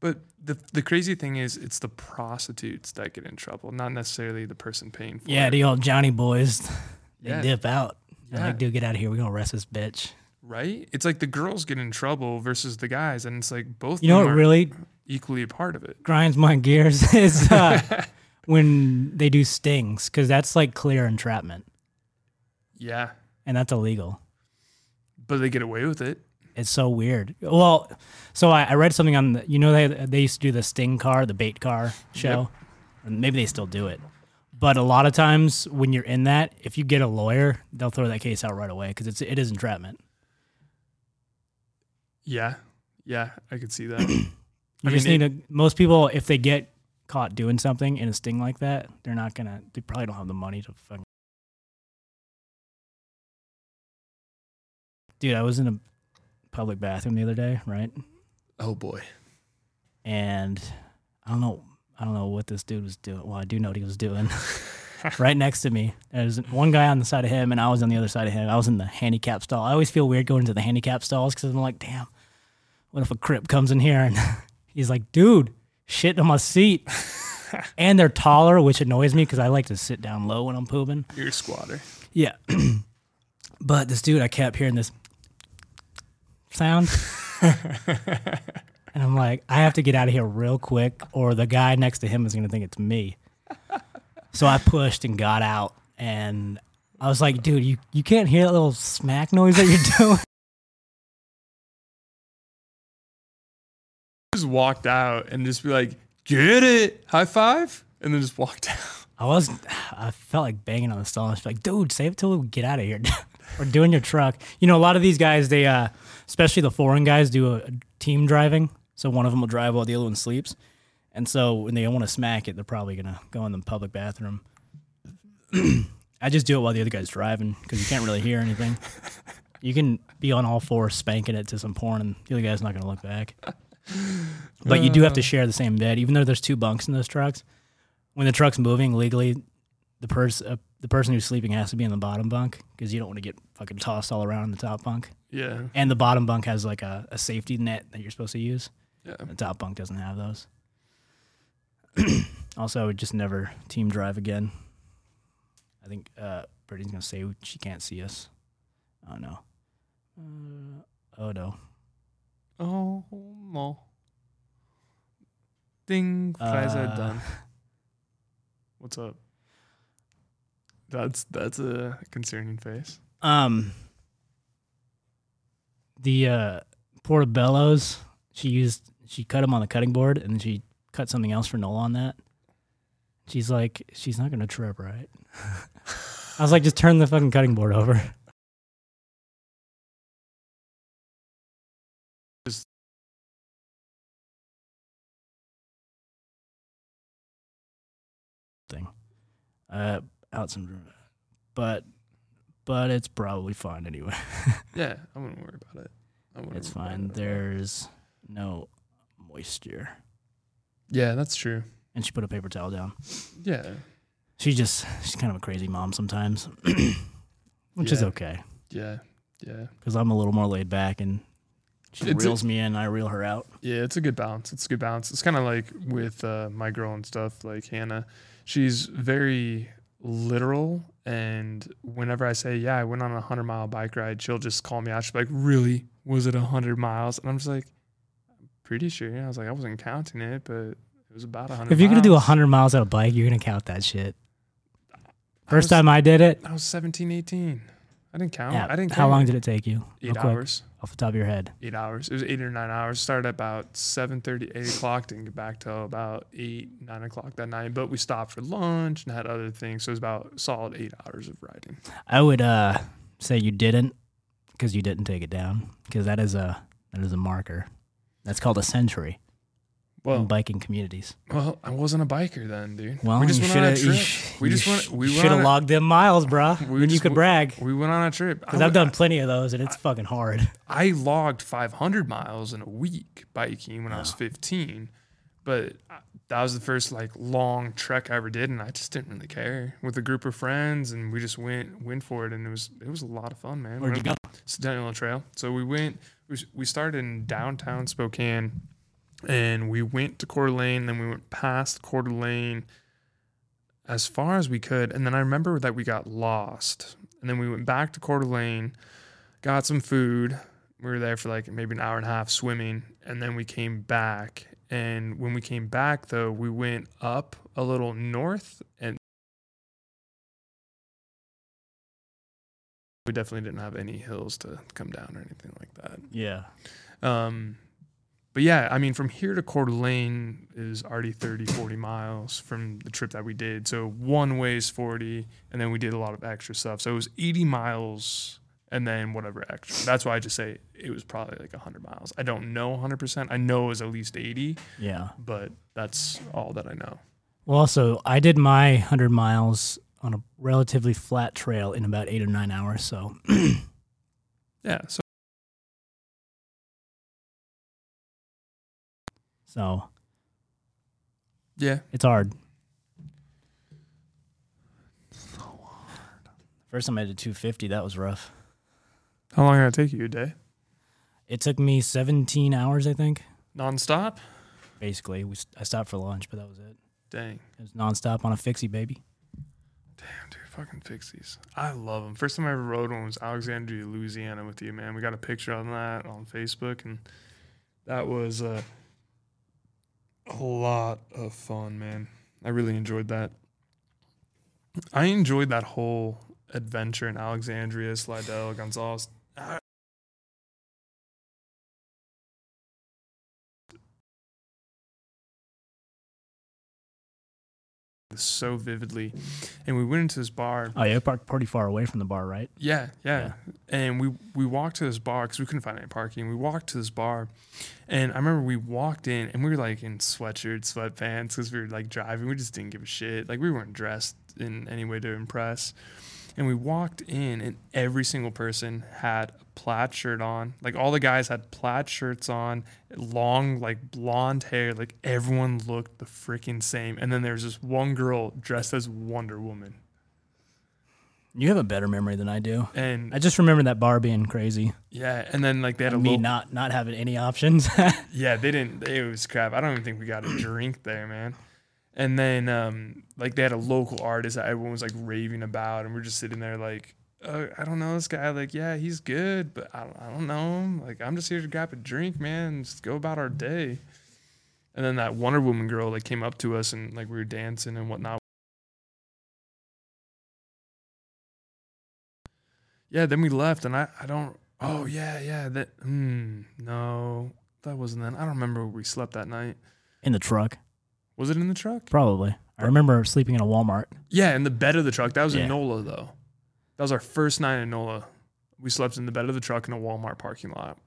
Speaker 1: but the the crazy thing is it's the prostitutes that get in trouble not necessarily the person paying for
Speaker 2: Yeah,
Speaker 1: it
Speaker 2: the old Johnny boys, they
Speaker 1: Yeah.
Speaker 2: dip out. They're
Speaker 1: yeah.
Speaker 2: Like, dude, get out of here. We're gonna arrest this bitch.
Speaker 1: right it's like the girls get in trouble versus the guys and it's like both
Speaker 2: You know
Speaker 1: of
Speaker 2: what
Speaker 1: them are
Speaker 2: really
Speaker 1: equally a part of it
Speaker 2: grinds my gears is uh, when they do stings because that's like clear entrapment
Speaker 1: Yeah,
Speaker 2: and that's illegal.
Speaker 1: but they get away with it.
Speaker 2: It's so weird. Well, so I, I read something on the, you know they they used to do the sting car, the bait car show, and maybe they still do it. But a lot of times when you're in that, if you get a lawyer, they'll throw that case out right away because it's it is entrapment.
Speaker 1: Yeah, yeah, I could see that.
Speaker 2: You
Speaker 1: I
Speaker 2: just
Speaker 1: mean,
Speaker 2: need to. Most people, if they get caught doing something in a sting like that, they're not gonna. They probably don't have the money to fucking. Dude, I was in a public bathroom the other day, right?
Speaker 1: oh boy,
Speaker 2: And I don't know. I don't know what this dude was doing. Well, I do know what he was doing. right next to me, there was one guy on the side of him, and I was on the other side of him. I was in the handicap stall. I always feel weird going to the handicap stalls because I'm like, damn, what if a crip comes in here and he's like, dude, shit on my seat. and they're taller, which annoys me because I like to sit down low when I'm pooping.
Speaker 1: you're a squatter.
Speaker 2: Yeah. but this dude, I kept hearing this sound. and I'm like, I have to get out of here real quick, or the guy next to him is going to think it's me. so I pushed and got out. And I was like, dude, you, you can't hear that little smack noise that you're doing.
Speaker 1: Just walked out and just be like, "Get it, high five, and then just walked out.
Speaker 2: I was, I felt like banging on the stall. I was like, dude, save it till we get out of here. or doing your truck. You know, a lot of these guys, they, uh, especially the foreign guys, do a, a team driving. So one of them will drive while the other one sleeps. And so when they want to smack it, they're probably going to go in the public bathroom. I just do it while the other guy's driving because you can't really hear anything. You can be on all fours spanking it to some porn, and the other guy's not going to look back. But you do have to share the same bed, even though there's two bunks in those trucks. When the truck's moving legally, the person uh, the person who's sleeping has to be in the bottom bunk because you don't want to get fucking tossed all around in the top bunk.
Speaker 1: Yeah,
Speaker 2: And the bottom bunk has like a, a safety net that you're supposed to use.
Speaker 1: yeah.
Speaker 2: The top bunk doesn't have those. also, I would just never team drive again. I think uh, Brittany's gonna say she can't see us. Oh no. Uh, oh no.
Speaker 1: Oh no. Ding, fries are
Speaker 2: Uh,
Speaker 1: done. What's up? That's that's a concerning face.
Speaker 2: Um, the uh, portobello's she used she cut them on the cutting board and she cut something else for Nola on that. She's like, she's not gonna trip, right? I was like, just turn the fucking cutting board over. Thing, uh, out some, but but it's probably fine anyway.
Speaker 1: Yeah, I wouldn't worry about it. I wouldn't
Speaker 2: It's
Speaker 1: worry about
Speaker 2: fine.
Speaker 1: it at all.
Speaker 2: There's no moisture.
Speaker 1: Yeah, that's true.
Speaker 2: And she put a paper towel down.
Speaker 1: Yeah,
Speaker 2: She just, she's kind of a crazy mom sometimes, which is
Speaker 1: Yeah.
Speaker 2: okay
Speaker 1: yeah, yeah.
Speaker 2: because I'm a little more laid back and She
Speaker 1: It's a-
Speaker 2: reels me in, I reel her out.
Speaker 1: Yeah, it's a good balance. It's a good balance. It's kind of like with uh, my girl and stuff, like Hannah. She's very literal. And whenever I say, Yeah, I went on a 100 mile bike ride, she'll just call me out. She'll be like, Really? Was it 100 miles? And I'm just like, I'm pretty sure. Yeah. I was like, I wasn't counting it, but it was about 100
Speaker 2: If you're gonna do
Speaker 1: miles."
Speaker 2: 100 miles on a bike, you're gonna count that shit. First
Speaker 1: was-
Speaker 2: time I did it,
Speaker 1: I was 17, 18. I didn't count.
Speaker 2: yeah,
Speaker 1: I didn't count.
Speaker 2: how long did it take you?
Speaker 1: Eight
Speaker 2: Real quick,
Speaker 1: hours.
Speaker 2: off the top of your head.
Speaker 1: Eight hours. It was eight or nine hours. Started about 7.30, 8 o'clock. Didn't get back till about 8, 9 o'clock that night. But we stopped for lunch and had other things. So it was about solid eight hours of riding.
Speaker 2: I would uh, say you didn't because you didn't take it down because that is a that is a marker. That's called a century in
Speaker 1: Well,
Speaker 2: biking communities.
Speaker 1: well, I wasn't a biker then, dude.
Speaker 2: Mm. Well,
Speaker 1: we just
Speaker 2: you
Speaker 1: went on a
Speaker 2: shoulda- you
Speaker 1: trip.
Speaker 2: sh-
Speaker 1: we
Speaker 2: you
Speaker 1: just
Speaker 2: sh-
Speaker 1: went, we
Speaker 2: you
Speaker 1: went
Speaker 2: shoulda
Speaker 1: on, a-
Speaker 2: logged them miles, bruh.
Speaker 1: We
Speaker 2: and you
Speaker 1: just
Speaker 2: could
Speaker 1: w-
Speaker 2: brag
Speaker 1: we went on a trip. I
Speaker 2: because I've
Speaker 1: went-
Speaker 2: done plenty of those and it's fucking hard.
Speaker 1: I logged 500 miles in a week biking when I was 15, but I- that was the first like long trek I ever did, and I just didn't really care. With a group of friends, and we just went went for it, and it was it was a lot of fun, man.
Speaker 2: Where'd you go?
Speaker 1: Centennial Trail. So we went. We, s- we started in downtown Spokane, and we went to Coeur d'Alene. Then we went past Coeur d'Alene as far as we could, and then I remember that we got lost, and then we went back to Coeur d'Alene, got some food. We were there for like maybe an hour and a half swimming, and then we came back. And when we came back, though, we went up a little north, and we definitely didn't have any hills to come down or anything like that.
Speaker 2: Yeah,
Speaker 1: Um, but yeah, I mean, from here to Coeur d'Alene is already 30, 40 miles from the trip that we did. So one way is 40, and then we did a lot of extra stuff. So it was 80 miles and then whatever extra. That's why I just say it was probably like 100 miles. I don't know 100%. I know it was at least 80,
Speaker 2: yeah.
Speaker 1: but that's all that I know.
Speaker 2: Well, also I did my hundred miles on a relatively flat trail in about eight or nine hours. So
Speaker 1: Yeah. So
Speaker 2: so
Speaker 1: yeah.
Speaker 2: it's hard. First time I did 250, that was rough.
Speaker 1: How long did it take you a day?
Speaker 2: It took me 17 hours, I think.
Speaker 1: Nonstop?
Speaker 2: Basically, we s- I stopped for lunch, but that was it.
Speaker 1: Dang.
Speaker 2: It was nonstop on a fixie, baby.
Speaker 1: Damn, dude, fucking fixies. I love them. First time I ever rode one was Alexandria, Louisiana, with you, man. We got a picture on that on Facebook, and that was uh, a lot of fun, man. I really enjoyed that. I enjoyed that whole adventure in Alexandria, Slidell, Gonzales. I- So vividly, and we went into this bar.
Speaker 2: Oh yeah, I parked pretty far away from the bar, right?
Speaker 1: Yeah, yeah. And we we walked to this bar because we couldn't find any parking. We walked to this bar, and I remember we walked in and we were like in sweatshirts, sweatpants because we were like driving. We just didn't give a shit. Like we weren't dressed in any way to impress. And we walked in, and every single person had a plaid shirt on. Like all the guys had plaid shirts on, long like blonde hair. Like everyone looked the freaking same. And then there was this one girl dressed as Wonder Woman,
Speaker 2: You have a better memory than I do.
Speaker 1: and
Speaker 2: I just remember that bar being crazy.
Speaker 1: yeah, and then like they had a
Speaker 2: Me
Speaker 1: little.
Speaker 2: not not having any options.
Speaker 1: Yeah, they didn't. It was crap. I don't even think we got a drink there, man. And then, um, like, they had a local artist that everyone was like raving about, and we're just sitting there like, uh, I don't know this guy. Like, yeah, he's good, but I don't, I don't know him. Like, I'm just here to grab a drink, man, and just go about our day. And then that Wonder Woman girl like came up to us and like we were dancing and whatnot. Yeah, then we left, and I, I don't. Oh yeah, yeah. That hmm, no, that wasn't then. I don't remember where we slept that night.
Speaker 2: in the truck,
Speaker 1: Was it in the truck?
Speaker 2: probably. I remember sleeping in a Walmart.
Speaker 1: Yeah, in the bed of the truck. That was
Speaker 2: Yeah.
Speaker 1: in NOLA though. That was our first night in NOLA. We slept in the bed of the truck in a Walmart parking lot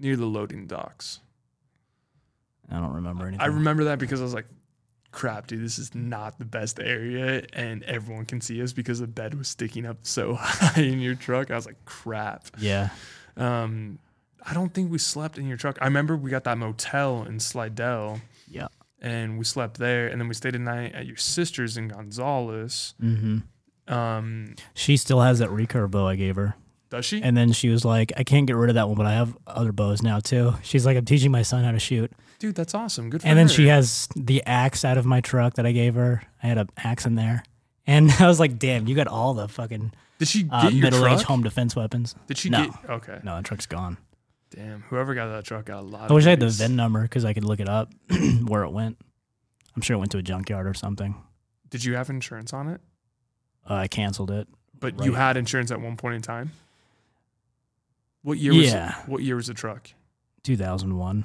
Speaker 1: near the loading docks.
Speaker 2: I don't remember anything.
Speaker 1: I remember that because I was like, crap, dude, this is not the best area and everyone can see us because the bed was sticking up so high in your truck. I was like, crap.
Speaker 2: yeah,
Speaker 1: Um, I don't think we slept in your truck. I remember we got that motel in Slidell
Speaker 2: yeah.
Speaker 1: and we slept there and then we stayed a night at your sister's in Gonzales.
Speaker 2: Mm-hmm.
Speaker 1: Um,
Speaker 2: She still has that recurve bow I gave her.
Speaker 1: Does she?
Speaker 2: And then she was like, I can't get rid of that one, but I have other bows now too. She's like, I'm teaching my son how to shoot.
Speaker 1: Dude, that's awesome. Good for
Speaker 2: And then
Speaker 1: her.
Speaker 2: she has the axe out of my truck that I gave her. I had an axe in there. And I was like, damn, you got all the fucking
Speaker 1: Did she get
Speaker 2: uh,
Speaker 1: your
Speaker 2: middle
Speaker 1: truck?
Speaker 2: aged home defense weapons.
Speaker 1: Did she
Speaker 2: No.
Speaker 1: get? Okay.
Speaker 2: No, the truck's gone.
Speaker 1: Damn. Whoever got that truck got a lot.
Speaker 2: I wish I had the
Speaker 1: abuse.
Speaker 2: VIN number because I could look it up where it went. I'm sure it went to a junkyard or something.
Speaker 1: Did you have insurance on it?
Speaker 2: Uh, I canceled it.
Speaker 1: But you
Speaker 2: Right.
Speaker 1: had insurance at one point in time. What year?
Speaker 2: Yeah.
Speaker 1: Was, what year was the truck?
Speaker 2: 2001.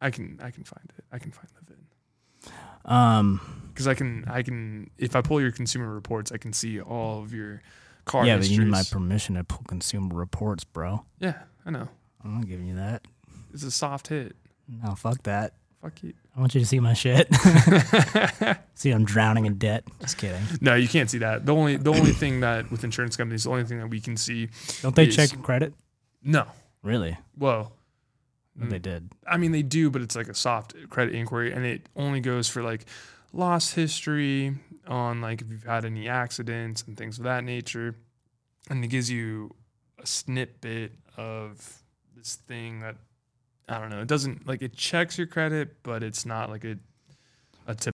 Speaker 1: I can I can find it. I can find the VIN
Speaker 2: Um,
Speaker 1: because I can I can if I pull your consumer reports, I can see all of your car
Speaker 2: yeah, but
Speaker 1: histories.
Speaker 2: you need my permission to pull consumer reports, bro.
Speaker 1: yeah, I know.
Speaker 2: I'm not giving you that.
Speaker 1: It's a soft hit.
Speaker 2: No, fuck that.
Speaker 1: Fuck you.
Speaker 2: I want you to see my shit. see, I'm drowning in debt. Just kidding.
Speaker 1: No, you can't see that. The only the only thing that with insurance companies, the only thing that we can see.
Speaker 2: Don't they
Speaker 1: Yes.
Speaker 2: check your credit?
Speaker 1: No.
Speaker 2: Really?
Speaker 1: Well,
Speaker 2: No,
Speaker 1: Mm.
Speaker 2: They did.
Speaker 1: I mean they do, but it's like a soft credit inquiry, and it only goes for like loss history on like if you've had any accidents and things of that nature, and it gives you a snippet of this thing that I don't know. It doesn't like it checks your credit, but it's not like a a tip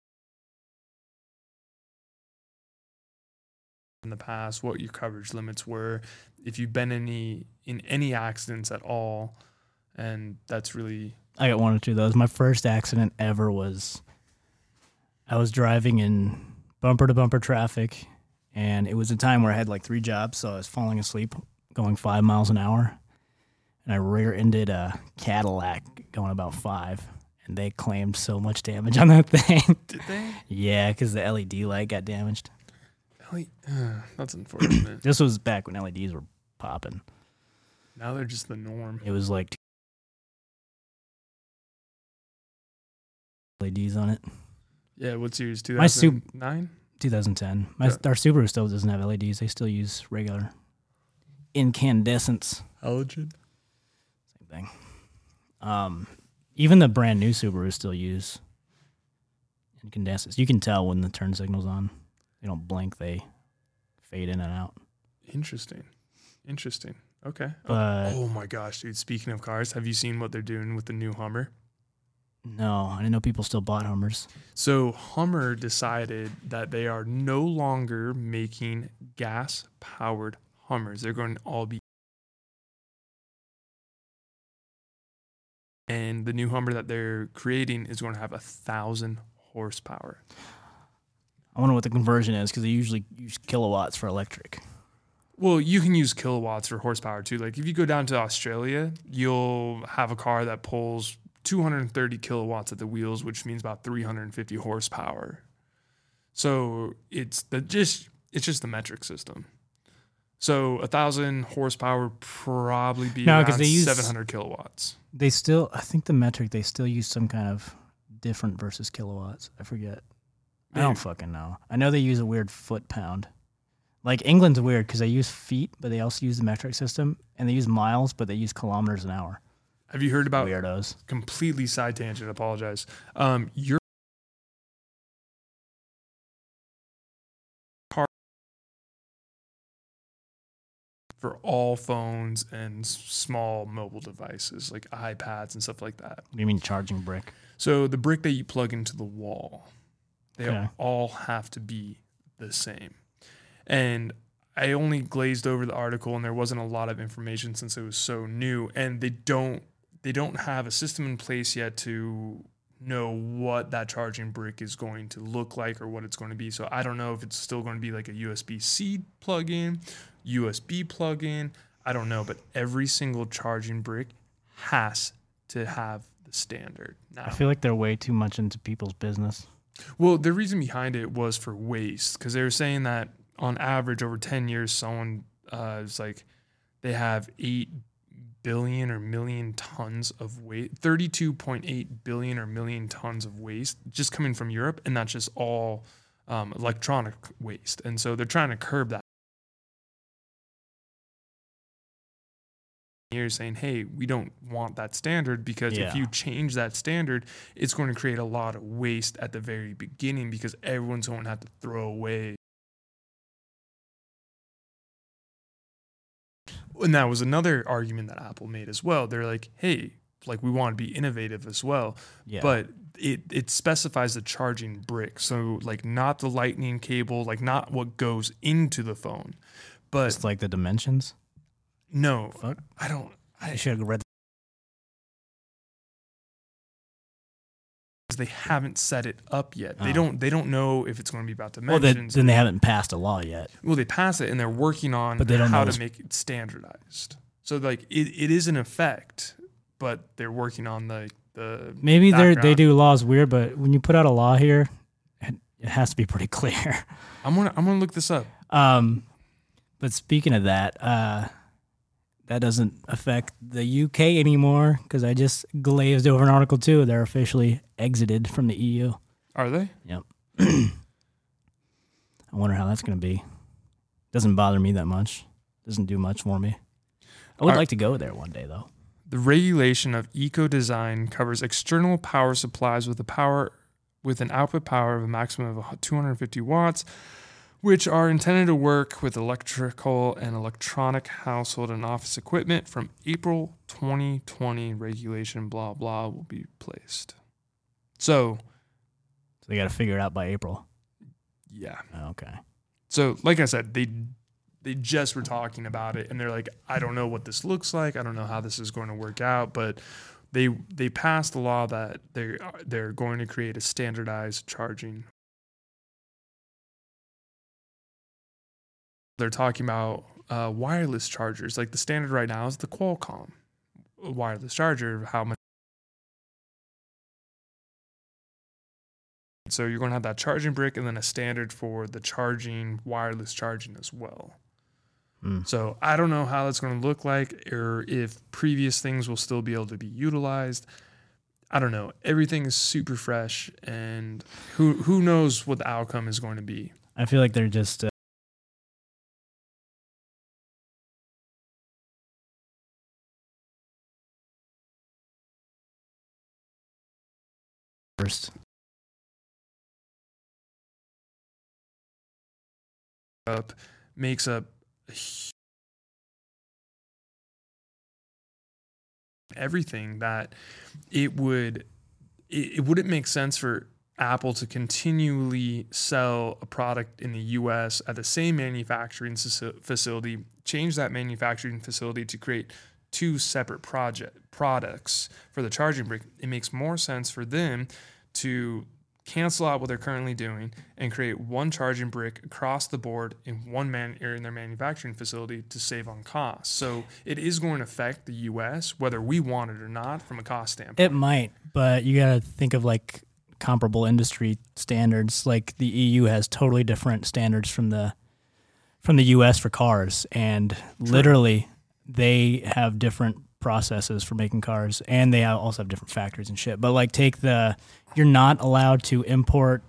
Speaker 1: in the past what your coverage limits were if you've been any in any accidents at all and that's really
Speaker 2: I got one or two of those. My first accident ever was I was driving in bumper to bumper traffic, and it was a time where I had like three jobs, so I was falling asleep going five miles an hour. And I rear ended a Cadillac going about five, and they claimed so much damage on that thing.
Speaker 1: Did they?
Speaker 2: yeah, because the LED light got damaged.
Speaker 1: Ellie, uh, that's unfortunate.
Speaker 2: This was back when LEDs were popping.
Speaker 1: now they're just the norm.
Speaker 2: It was like LEDs E on it.
Speaker 1: Yeah, what's yours?
Speaker 2: My soup-
Speaker 1: 2009?
Speaker 2: 2010. My,
Speaker 1: Yeah.
Speaker 2: Our Subaru still doesn't have LEDs. They still use regular incandescents.
Speaker 1: Halogen.
Speaker 2: Same thing. Um, even the brand new Subarus still use incandescents. You can tell when the turn signal's on. They don't blink. They fade in and out.
Speaker 1: Interesting. Interesting. Okay. Oh,
Speaker 2: But
Speaker 1: oh my gosh, dude. Speaking of cars, have you seen what they're doing with the new Hummer?
Speaker 2: no, I didn't know people still bought Hummers.
Speaker 1: So Hummer decided that they are no longer making gas powered Hummers. They're going to all be And the new Hummer that they're creating is going to have a thousand horsepower.
Speaker 2: I wonder what the conversion is because they usually use kilowatts for electric.
Speaker 1: Well, you can use kilowatts for horsepower too. Like if you go down to Australia, you'll have a car that pulls 230 kilowatts at the wheels, which means about 350 horsepower. So it's the just it's just the metric system. So a thousand horsepower would probably be
Speaker 2: No, 'cause
Speaker 1: around
Speaker 2: they use-
Speaker 1: 700 kilowatts.
Speaker 2: They still, I think the metric, they still use some kind of different versus kilowatts. I forget. I don't
Speaker 1: Maybe.
Speaker 2: fucking know. I know they use a weird foot pound. Like England's weird because they use feet, but they also use the metric system, and they use miles, but they use kilometers an hour.
Speaker 1: Have you heard about
Speaker 2: Weirdos.
Speaker 1: completely side tangent? Apologize. Um, your car for all phones and s- small mobile devices like iPads and stuff like that.
Speaker 2: What do you mean charging brick?
Speaker 1: So the brick that you plug into the wall, they
Speaker 2: Okay.
Speaker 1: all have to be the same. And I only glazed over the article and there wasn't a lot of information since it was so new and they don't they don't have a system in place yet to know what that charging brick is going to look like or what it's going to be. So I don't know if it's still going to be like a USB-C plug-in, USB plug-in, I don't know, but every single charging brick has to have the standard. Now,
Speaker 2: I feel like they're way too much into people's business.
Speaker 1: well, the reason behind it was for waste because they were saying that on average over 10 years, someone uh, is like they have 8 billion or million tons of waste, 32.8 billion or million tons of waste just coming from Europe, and that's just all um, electronic waste. And so they're trying to curb that. You're saying, hey, we don't want that standard because if
Speaker 2: Yeah.
Speaker 1: you change that standard, it's going to create a lot of waste at the very beginning because everyone's going to have to throw away and that was another argument that Apple made as well. They're like, hey, like we want to be innovative as well,
Speaker 2: Yeah.
Speaker 1: but it it specifies the charging brick, so like not the lightning cable, like not what goes into the phone, but
Speaker 2: It's like the dimensions.
Speaker 1: no,
Speaker 2: Fuck.
Speaker 1: I don't.
Speaker 2: I
Speaker 1: I,
Speaker 2: should have read.
Speaker 1: they haven't set it up yet. They
Speaker 2: Oh.
Speaker 1: don't. They don't know if it's going to be about
Speaker 2: Well, they,
Speaker 1: dimensions. Well,
Speaker 2: then they haven't passed a law yet.
Speaker 1: they, pass it and they're working on
Speaker 2: But they don't
Speaker 1: how
Speaker 2: know
Speaker 1: to
Speaker 2: this-
Speaker 1: make it standardized. So like it, it is an effect, but they're working on the the
Speaker 2: Maybe they they
Speaker 1: background.
Speaker 2: do laws weird, but when you put out a law here, it it has to be pretty clear.
Speaker 1: I'm gonna I'm gonna look this up.
Speaker 2: Um, but speaking of that, uh, that doesn't affect the UK anymore because I just glazed over an article too. They're officially exited from the E EU.
Speaker 1: Are they?
Speaker 2: I wonder how that's going to be. Doesn't bother me that much. Doesn't do much for me. I would
Speaker 1: Are-
Speaker 2: like to go there one day though.
Speaker 1: The regulation of eco design covers external power supplies with a power with an output power of a maximum of 250 watts, which are intended to work with electrical and electronic household and office equipment from April 2020 regulation blah blah will be placed. So,
Speaker 2: So they got to figure it out by April. Oh,
Speaker 1: yeah.
Speaker 2: Okay.
Speaker 1: So, like I said, they they just were talking about it, and they're like, I don't know what this looks like. I don't know how this is going to work out, but they they passed a law that they are they're going to create a standardized charging. They're talking about uh, wireless chargers. Like the standard right now is the Qualcomm wireless charger. How much? So you're going to have that charging brick, and then a standard for the charging wireless charging as well.
Speaker 2: Mm.
Speaker 1: So I don't know how that's going to look like or if previous things will still be able to be utilized. I don't know. Everything is super fresh and who who knows what the outcome is going to be.
Speaker 2: I feel like they're just uh, first.
Speaker 1: Up makes up a hu- everything that it would it, it wouldn't make sense for Apple to continually sell a product in the US at the same manufacturing faci- facility, change that manufacturing facility to create two separate project products for the charging brick. It makes more sense for them to cancel out what they're currently doing and create one charging brick across the board in one man or in their manufacturing facility to save on costs. So it is going to affect the US whether we want it or not from a cost standpoint.
Speaker 2: It might, but you got to think of like comparable industry standards. Like the EU has totally different standards from the from the US for cars and literally they have different processes for making cars and they have- also have different factories and shit. But like take the you're not allowed to import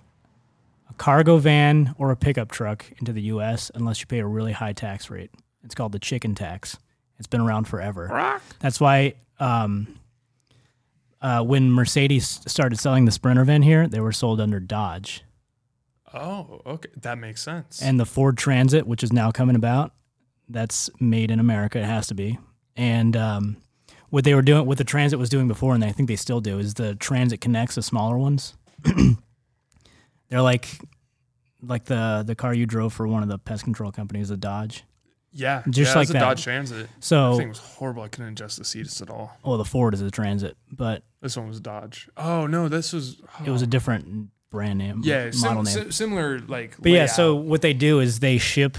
Speaker 2: a cargo van or a pickup truck into the US unless you pay a really high tax rate. It's called the chicken tax. It's been around forever. That's why um, uh, when Mercedes started selling the Sprinter van here, they were sold under Dodge.
Speaker 1: Oh, okay. That makes sense.
Speaker 2: And the Ford Transit, which is now coming about, that's made in America. It has to be. And um, what they were doing, what the Transit was doing before, and I think they still do, is the Transit connects the smaller ones. They're like like the the car you drove for one of the pest control companies, the Dodge.
Speaker 1: yeah.
Speaker 2: just
Speaker 1: yeah, it was
Speaker 2: like
Speaker 1: a
Speaker 2: that. Oh.
Speaker 1: Dodge Transit.
Speaker 2: So,
Speaker 1: This thing was horrible. I couldn't adjust the seats at all.
Speaker 2: well, the Ford is a Transit, but
Speaker 1: This one was Dodge. Oh no, this was
Speaker 2: it was
Speaker 1: oh.
Speaker 2: a different brand name,
Speaker 1: yeah, sim-
Speaker 2: model name.
Speaker 1: si- similar like
Speaker 2: But yeah, so what they do is they ship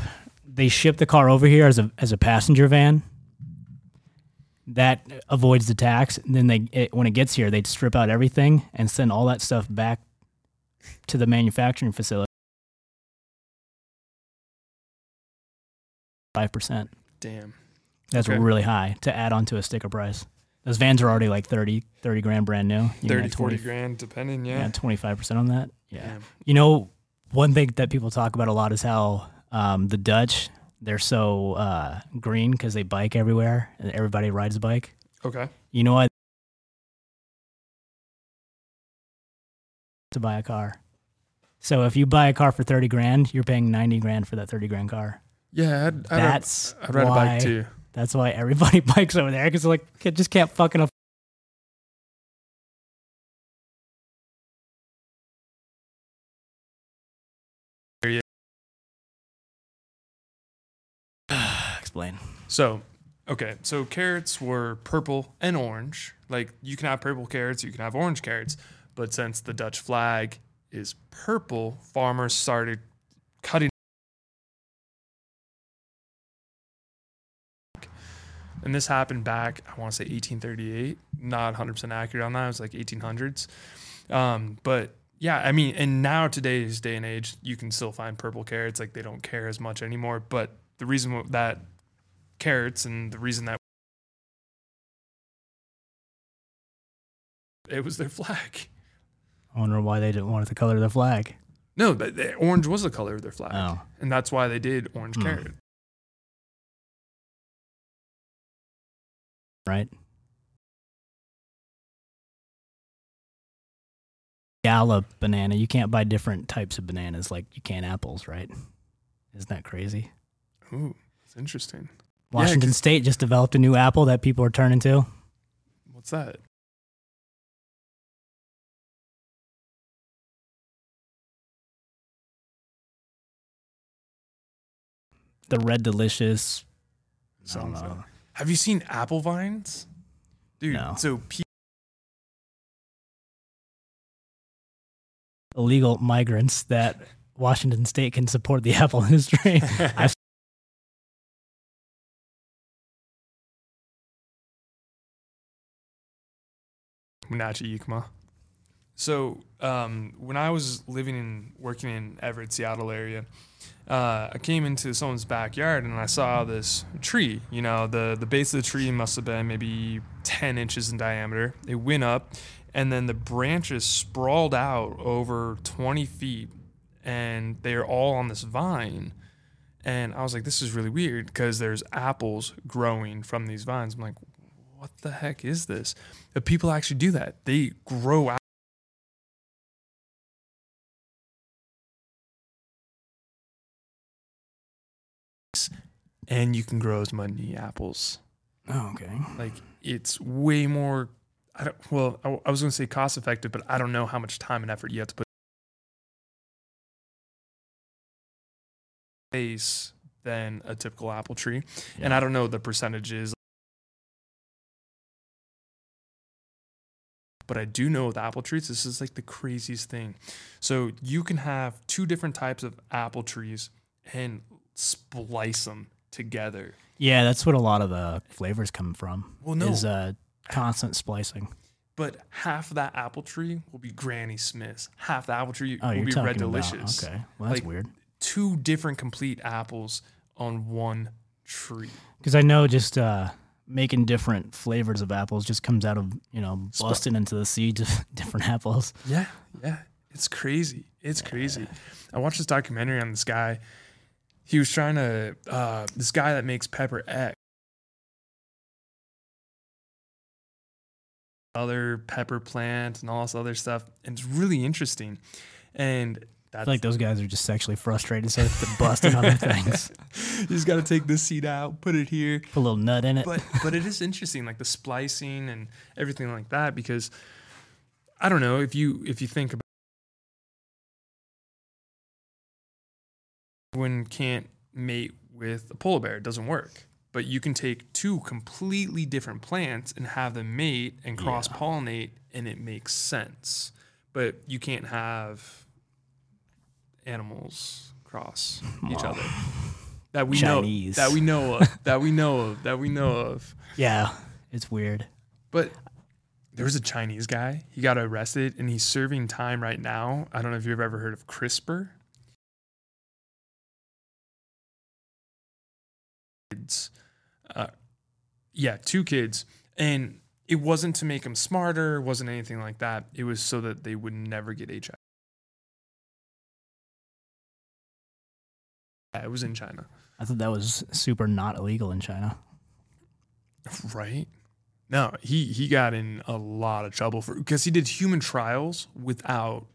Speaker 2: they ship the car over here as a as a passenger van. That avoids the tax. And then they it, when it gets here, they strip out everything and send all that stuff back to the manufacturing facility. Five percent.
Speaker 1: damn.
Speaker 2: That's
Speaker 1: Okay.
Speaker 2: really high to add onto a sticker price. Those vans are already like 30, 30 grand brand new. You
Speaker 1: 30, 40 grand depending, yeah.
Speaker 2: twenty five percent on that. Yeah.
Speaker 1: Damn.
Speaker 2: You know, one thing that people talk about a lot is how um, the Dutch they're so uh, green because they bike everywhere and everybody rides a bike.
Speaker 1: Okay.
Speaker 2: You know what? To buy a car. So if you buy a car for thirty grand, you're paying ninety grand for that thirty grand car.
Speaker 1: Yeah, I'd, I'd,
Speaker 2: That's
Speaker 1: I'd ride a
Speaker 2: why-
Speaker 1: bike too.
Speaker 2: That's why everybody bikes over there because like it just can't fucking. Aff- Explain.
Speaker 1: So, okay, so carrots were purple and orange. Like you can have purple carrots, you can have orange carrots, but since the Dutch flag is purple, farmers started cutting And this happened back, I want to say 1838. Not 100% accurate on that. It was like 1800s. Um, but yeah, I mean, and now today's day and age, you can still find purple carrots. Like they don't care as much anymore. But the reason wh- that carrots and the reason that it was their flag.
Speaker 2: I wonder why they didn't want it to color their flag.
Speaker 1: No, but the, orange was the color of their flag.
Speaker 2: Oh.
Speaker 1: And that's why they did orange
Speaker 2: Hmm.
Speaker 1: carrot.
Speaker 2: right? Gala banana. You can't buy different types of bananas like you can apples, right? Isn't that crazy?
Speaker 1: Ooh, it's interesting. Yeah,
Speaker 2: Washington
Speaker 1: 'cause-
Speaker 2: State just developed a new apple that people are turning to.
Speaker 1: What's that?
Speaker 2: The Red Delicious. I don't
Speaker 1: Sounds
Speaker 2: know.
Speaker 1: good. Have you seen apple vines? Dude,
Speaker 2: No.
Speaker 1: so pe-
Speaker 2: Illegal migrants that Washington State can support the apple industry. I
Speaker 1: Munachi Yikma. So um, when I was living and working in Everett, Seattle area, uh, I came into someone's backyard and I saw this tree. You know, the the base of the tree must have been maybe ten inches in diameter. It went up, and then the branches sprawled out over twenty feet, and they're all on this vine. And I was like, this is really weird because there's apples growing from these vines. I'm like, what the heck is this? But people actually do that. They grow out. And you can grow as many apples.
Speaker 2: oh, okay.
Speaker 1: Like it's way more. I don't. Well, I, I was going to say cost effective, but I don't know how much time and effort you have to put. Space than a typical apple tree, and I don't know the percentages. But I do know with apple trees, this is like the craziest thing. So you can have two different types of apple trees and splice them together.
Speaker 2: Yeah, that's what a lot of the flavors come from.
Speaker 1: Well, no.
Speaker 2: Is uh, constant splicing.
Speaker 1: but half of that apple tree will be Granny Smith's. Half the apple tree
Speaker 2: Oh,
Speaker 1: will
Speaker 2: you're
Speaker 1: be
Speaker 2: talking
Speaker 1: Red
Speaker 2: about-
Speaker 1: Delicious.
Speaker 2: Okay. Well, that's
Speaker 1: Like,
Speaker 2: weird.
Speaker 1: Two different complete apples on one tree.
Speaker 2: Because I know just uh, making different flavors of apples just comes out of you know
Speaker 1: Sp-
Speaker 2: busting into the seeds of different apples.
Speaker 1: Yeah, yeah. It's crazy. It's crazy. I watched this documentary on this guy. He was trying to uh, this guy that makes Pepper X. Other pepper plant and all this other stuff, and it's really interesting. And
Speaker 2: I
Speaker 1: that's
Speaker 2: feel like those guys are just sexually frustrated, so they have to bust in other things.
Speaker 1: you just got to take this seed out, put it here,
Speaker 2: Put a little nut in it.
Speaker 1: but but it is interesting, like the splicing and everything like that, because I don't know if you if you think about one can't mate with a polar bear, it doesn't work. But you can take two completely different plants and have them mate and cross pollinate, and it makes sense. But you can't have animals cross each other that we
Speaker 2: Chinese.
Speaker 1: know that we know of that we know of that we know of.
Speaker 2: yeah, it's weird.
Speaker 1: But there was a Chinese guy. He got arrested and he's serving time right now. I don't know if you've ever heard of CRISPR. Kids, uh, yeah, two kids, and it wasn't to make them smarter, wasn't anything like that. It was so that they would never get HIV. Yeah, It was in China,
Speaker 2: I thought that was super not illegal in China.
Speaker 1: right? No, he he got in a lot of trouble for because he did human trials without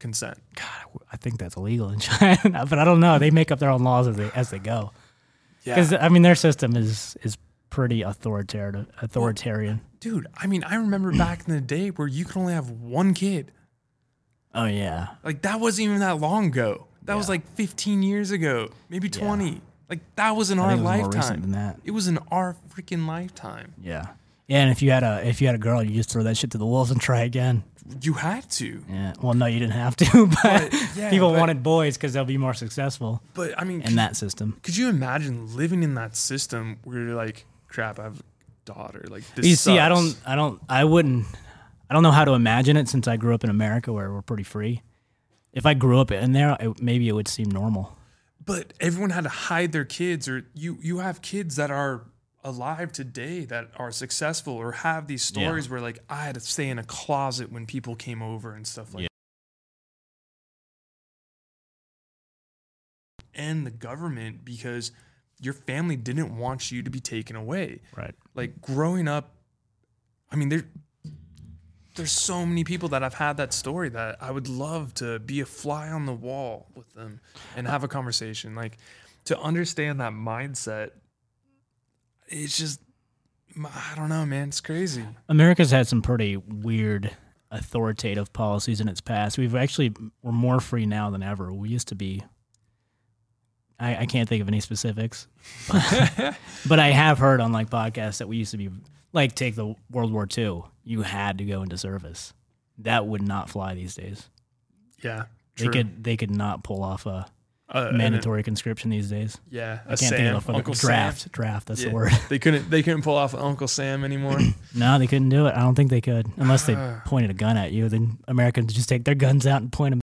Speaker 1: consent.
Speaker 2: God, I w- I think that's illegal in China, but I don't know. They make up their own laws as they as they go.
Speaker 1: Yeah,
Speaker 2: Because I mean, their system is is pretty authoritarian. Authoritarian.
Speaker 1: Dude, I mean, I remember back in the day where you could only have one kid.
Speaker 2: Oh yeah,
Speaker 1: Like that wasn't even that long ago. That was
Speaker 2: Yeah.
Speaker 1: like 15 years ago, maybe 20. Like that was in
Speaker 2: I
Speaker 1: our
Speaker 2: think it was more
Speaker 1: lifetime.
Speaker 2: recent than that.
Speaker 1: It was in our freaking lifetime.
Speaker 2: Yeah. Yeah, and if you had a if you had a girl, you just throw that shit to the wolves and try again.
Speaker 1: You had to.
Speaker 2: Yeah. Well, no, you didn't have to, but,
Speaker 1: But, yeah,
Speaker 2: people
Speaker 1: but-
Speaker 2: wanted boys because they'll be more successful
Speaker 1: But I mean,
Speaker 2: in that system.
Speaker 1: could you imagine living in that system where you're like, crap, I have a daughter. Like this
Speaker 2: You see, I don't,
Speaker 1: sucks.
Speaker 2: I don't, I wouldn't, I don't know how to imagine it since I grew up in America where we're pretty free. If I grew up in there, it, maybe it would seem normal.
Speaker 1: But everyone had to hide their kids, or you you have kids that are alive today that are successful or have these
Speaker 2: Yeah.
Speaker 1: stories where like I had to stay in a closet when people came over and stuff like.
Speaker 2: Yeah.
Speaker 1: And the government because your family didn't want you to be taken away.
Speaker 2: Right.
Speaker 1: Like growing up, I mean there. There's so many people that have had that story that I would love to be a fly on the wall with them and have a conversation. Like to understand that mindset, it's just I don't know, man. It's crazy.
Speaker 2: America's had some pretty weird authoritative policies in its past. We've actually we're more free now than ever. We used to be. I, I can't think of any specifics, but I have heard on like podcasts that we used to be like take the World War II. You had to go into service. That would not fly these days.
Speaker 1: Yeah,
Speaker 2: They could they could not pull off a
Speaker 1: Uh, and then-
Speaker 2: mandatory conscription these days.
Speaker 1: yeah,
Speaker 2: I can't think of the fucking draft. Draft. That's
Speaker 1: Yeah.
Speaker 2: the word.
Speaker 1: They couldn't. They couldn't pull off Uncle Sam anymore.
Speaker 2: No, they couldn't do it. I don't think they could, unless they pointed a gun at you. Then Americans just take their guns out and point them.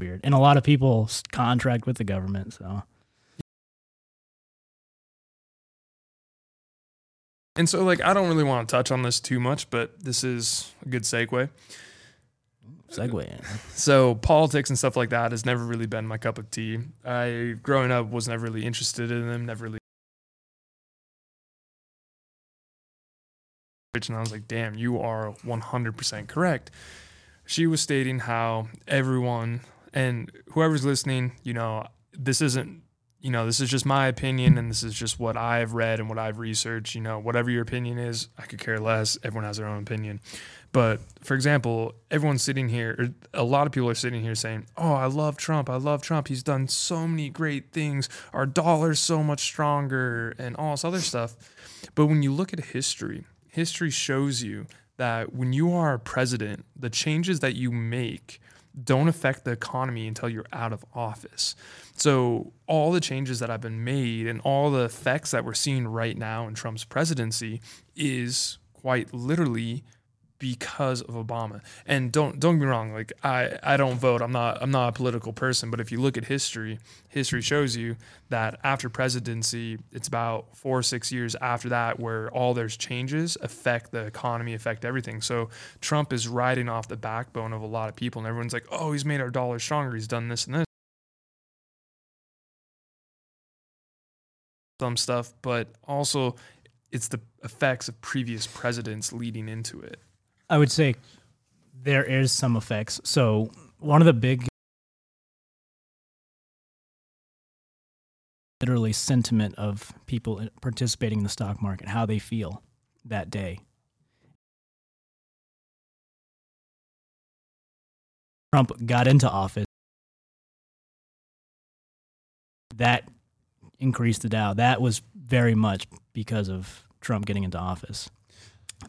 Speaker 2: Weird, and a lot of people s- contract with the government. So
Speaker 1: and so, like, I don't really want to touch on this too much, but this is a good segue.
Speaker 2: segue.
Speaker 1: So politics and stuff like that has never really been my cup of tea. I growing up was never really interested in them, never really and I was like, damn, you are 100% correct. She was stating how everyone and whoever's listening, you know, this isn't, you know, this is just my opinion and this is just what I've read and what I've researched. You know, whatever your opinion is, I could care less. Everyone has their own opinion. But for example, everyone's sitting here, or a lot of people are sitting here saying, Oh, I love Trump. I love Trump. He's done so many great things. Our dollar's so much stronger and all this other stuff. But when you look at history, history shows you that when you are a president, the changes that you make don't affect the economy until you're out of office. So, all the changes that have been made and all the effects that we're seeing right now in Trump's presidency is quite literally because of Obama. And don't don't get me wrong, like I, I don't vote. I'm not I'm not a political person, but if you look at history, history shows you that after presidency, it's about four or six years after that where all those changes affect the economy, affect everything. So Trump is riding off the backbone of a lot of people and everyone's like, Oh, he's made our dollar stronger, he's done this and this. Some stuff, but also it's the effects of previous presidents leading into it.
Speaker 2: I would say there is some effects. So one of the big literally sentiment of people in- participating in the stock market, how they feel that day. Trump got into office. That increased the Dow. That was very much because of Trump getting into office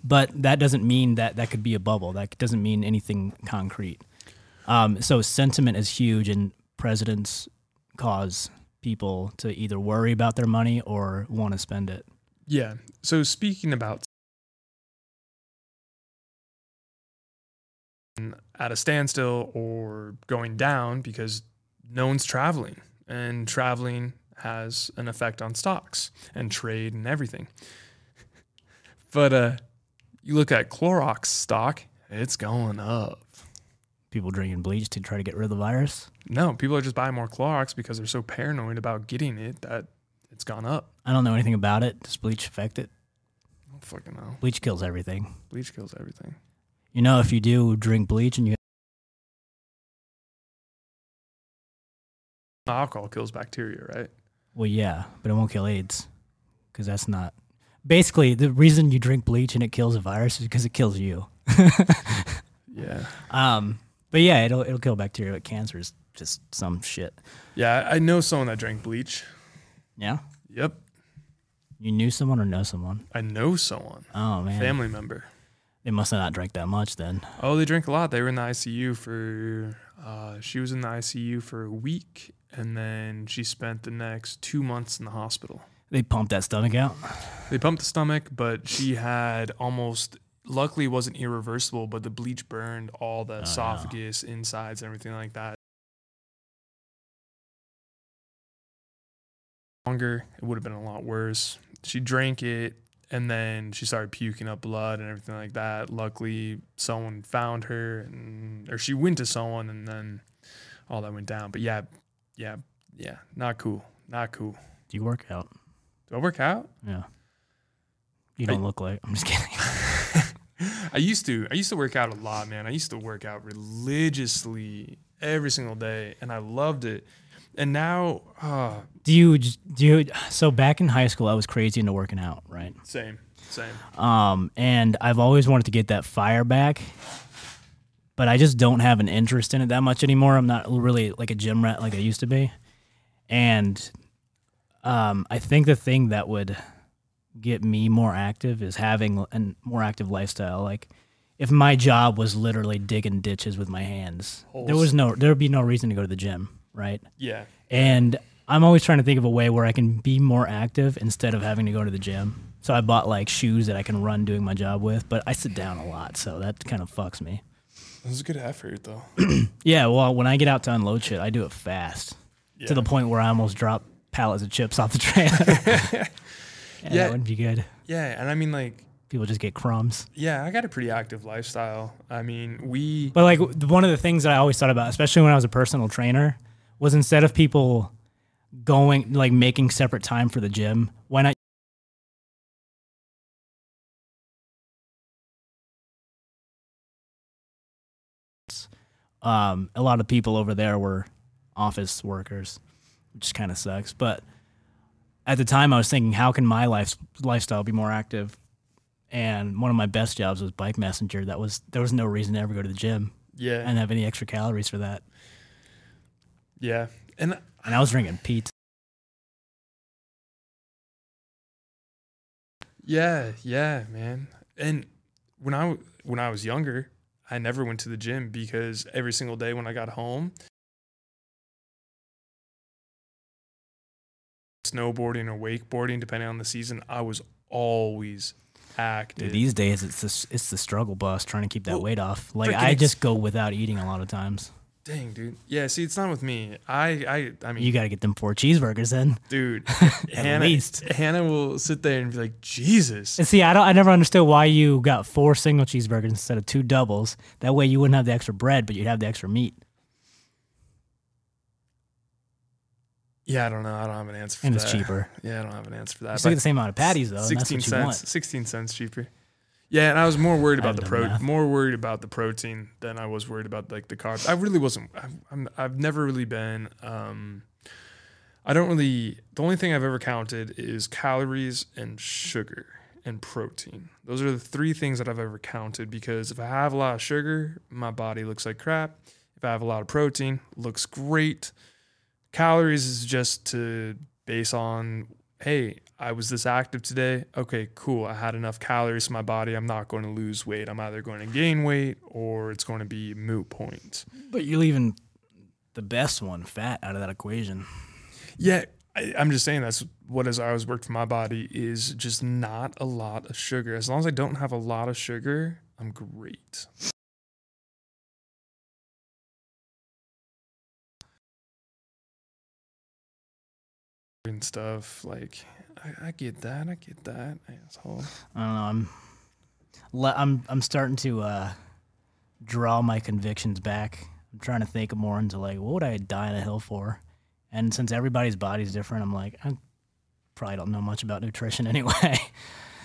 Speaker 2: but that doesn't mean that that could be a bubble. That doesn't mean anything concrete. Um, so sentiment is huge, and presidents cause people to either worry about their money or want to spend it.
Speaker 1: Yeah. So speaking about at a standstill or going down because no one's traveling and traveling has an effect on stocks and trade and everything. But uh you look at Clorox stock, it's going up.
Speaker 2: People drinking bleach to try to get rid of the virus.
Speaker 1: No, people are just buying more Clorox because they're so paranoid about getting it that it's gone up.
Speaker 2: I don't know anything about it. Does bleach affect it?
Speaker 1: I don't fucking know.
Speaker 2: Bleach kills everything.
Speaker 1: Bleach kills everything.
Speaker 2: You know, if you do drink bleach and you
Speaker 1: Alcohol kills bacteria, right?
Speaker 2: Well, yeah, but it won't kill AIDS because that's not. Basically, the reason you drink bleach and it kills a virus is because it kills you.
Speaker 1: Yeah.
Speaker 2: um, but yeah, it'll it'll kill bacteria, but cancer is just some shit.
Speaker 1: Yeah, I I know someone that drank bleach.
Speaker 2: Yeah,
Speaker 1: Yep.
Speaker 2: you knew someone or know someone.
Speaker 1: I know someone.
Speaker 2: Oh man,
Speaker 1: Family member.
Speaker 2: they must have not drank that much then.
Speaker 1: Oh, they drank a lot. They were in the ICU for, uh, she was in the ICU for a week and then she spent the next two months in the hospital.
Speaker 2: They pumped that stomach out.
Speaker 1: They pumped the stomach, but she had almost, luckily, it wasn't irreversible, but the bleach burned all the
Speaker 2: no.
Speaker 1: esophagus, insides, and everything like that. Longer, it would have been a lot worse. She drank it and then she started puking up blood and everything like that. Luckily, someone found her, and or she went to someone, and then all that went down. But yeah, yeah, yeah, not cool, not cool.
Speaker 2: Do you work out?
Speaker 1: Do I work out?
Speaker 2: Yeah. You
Speaker 1: I-
Speaker 2: don't look like. I'm just kidding.
Speaker 1: I used to. I used to work out a lot, man. I used to work out religiously every single day, and I loved it. And now, uh,
Speaker 2: Do you j- do you, so back in high school I was crazy into working out, right?
Speaker 1: same, same.
Speaker 2: Um, and I've always wanted to get that fire back, but I just don't have an interest in it that much anymore. I'm not really like a gym rat like I used to be, and um, I think the thing that would get me more active is having a more active lifestyle. Like, if my job was literally digging ditches with my hands, there was no there would be no reason to go to the gym, right?
Speaker 1: Yeah,
Speaker 2: and I'm always trying to think of a way where I can be more active instead of having to go to the gym. So I bought like shoes that I can run doing my job with, but I sit down a lot, so that kind of fucks me.
Speaker 1: it was a good effort though.
Speaker 2: Yeah, well, when I get out to unload shit, I do it fast
Speaker 1: Yeah.
Speaker 2: to the point where I almost drop pallets of chips off the trailer. yeah,
Speaker 1: Yeah.
Speaker 2: that wouldn't be good.
Speaker 1: yeah, and I mean, like,
Speaker 2: People just get crumbs.
Speaker 1: yeah, I got a pretty active lifestyle. I mean, we
Speaker 2: But like w- one of the things that I always thought about, especially when I was a personal trainer, was instead of people going like making separate time for the gym, why not um, a lot of people over there were office workers, which kind of sucks. But at the time, I was thinking, how can my life lifestyle be more active? And one of my best jobs was bike messenger. That was there was no reason to ever go to the gym
Speaker 1: yeah,
Speaker 2: and have any extra calories for that.
Speaker 1: yeah, and
Speaker 2: And I was drinking pizza.
Speaker 1: Yeah, yeah, man. And when I w- when I was younger, I never went to the gym because every single day when I got home, snowboarding or wakeboarding, depending on the season, I was always active.
Speaker 2: Dude, these days it's the, it's the struggle bus trying to keep that
Speaker 1: Well,
Speaker 2: weight off. Like
Speaker 1: freaking
Speaker 2: I
Speaker 1: ex-
Speaker 2: just go without eating a lot of times.
Speaker 1: Dang, dude. Yeah, see, it's not with me. I, I, I mean,
Speaker 2: You got to get them four cheeseburgers then.
Speaker 1: dude,
Speaker 2: At
Speaker 1: Hannah,
Speaker 2: least.
Speaker 1: Hannah will sit there and be like, Jesus.
Speaker 2: And see, I don't. I never understood why you got four single cheeseburgers instead of two doubles. That way, you wouldn't have the extra bread, but you'd have the extra meat
Speaker 1: Yeah, I don't know. I don't have an answer for
Speaker 2: and
Speaker 1: that.
Speaker 2: it's cheaper.
Speaker 1: Yeah, I don't have an answer for
Speaker 2: You
Speaker 1: that.
Speaker 2: still
Speaker 1: but-
Speaker 2: get the same amount of patties though. And that's
Speaker 1: Sixteen
Speaker 2: what you
Speaker 1: cents.
Speaker 2: want.
Speaker 1: Sixteen cents cheaper. Yeah, and I was more worried
Speaker 2: I
Speaker 1: about the
Speaker 2: haven't
Speaker 1: pro,
Speaker 2: done math.
Speaker 1: more worried about the protein than I was worried about like the carbs. I really wasn't. I, I'm, I've never really been. Um, I don't really. The only thing I've ever counted is calories and sugar and protein. Those are the three things that I've ever counted because if I have a lot of sugar, my body looks like crap. If I have a lot of protein, looks great. Calories is just to base on hey, I was this active today. Okay, cool. I had enough calories in my body. I'm not going to lose weight. I'm either going to gain weight or it's going to be moot point.
Speaker 2: But you're leaving the best one fat out of that equation.
Speaker 1: Yeah, I, I'm just saying that's what has always worked for my body is just not a lot of sugar. As long as I don't have a lot of sugar, I'm great. And stuff like I, I get that, I get that, asshole.
Speaker 2: I don't know. I'm le- I'm I'm starting to uh, draw my convictions back. I'm trying to think more into like what would I die on a hill for? And since everybody's body's different, I'm like I probably don't know much about nutrition anyway.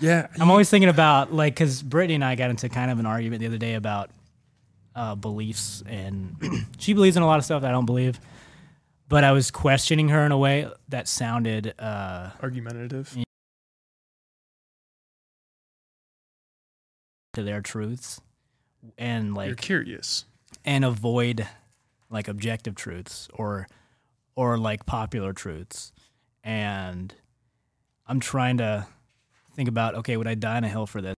Speaker 1: Yeah.
Speaker 2: I'm always thinking about like because Brittany and I got into kind of an argument the other day about uh, beliefs, and she believes in a lot of stuff that I don't believe. But I was questioning her in a way that sounded uh,
Speaker 1: Argumentative.
Speaker 2: to their truths, and
Speaker 1: You're
Speaker 2: like
Speaker 1: curious.
Speaker 2: and avoid like objective truths or or like popular truths. And I'm trying to think about okay, would I die on a hill for this?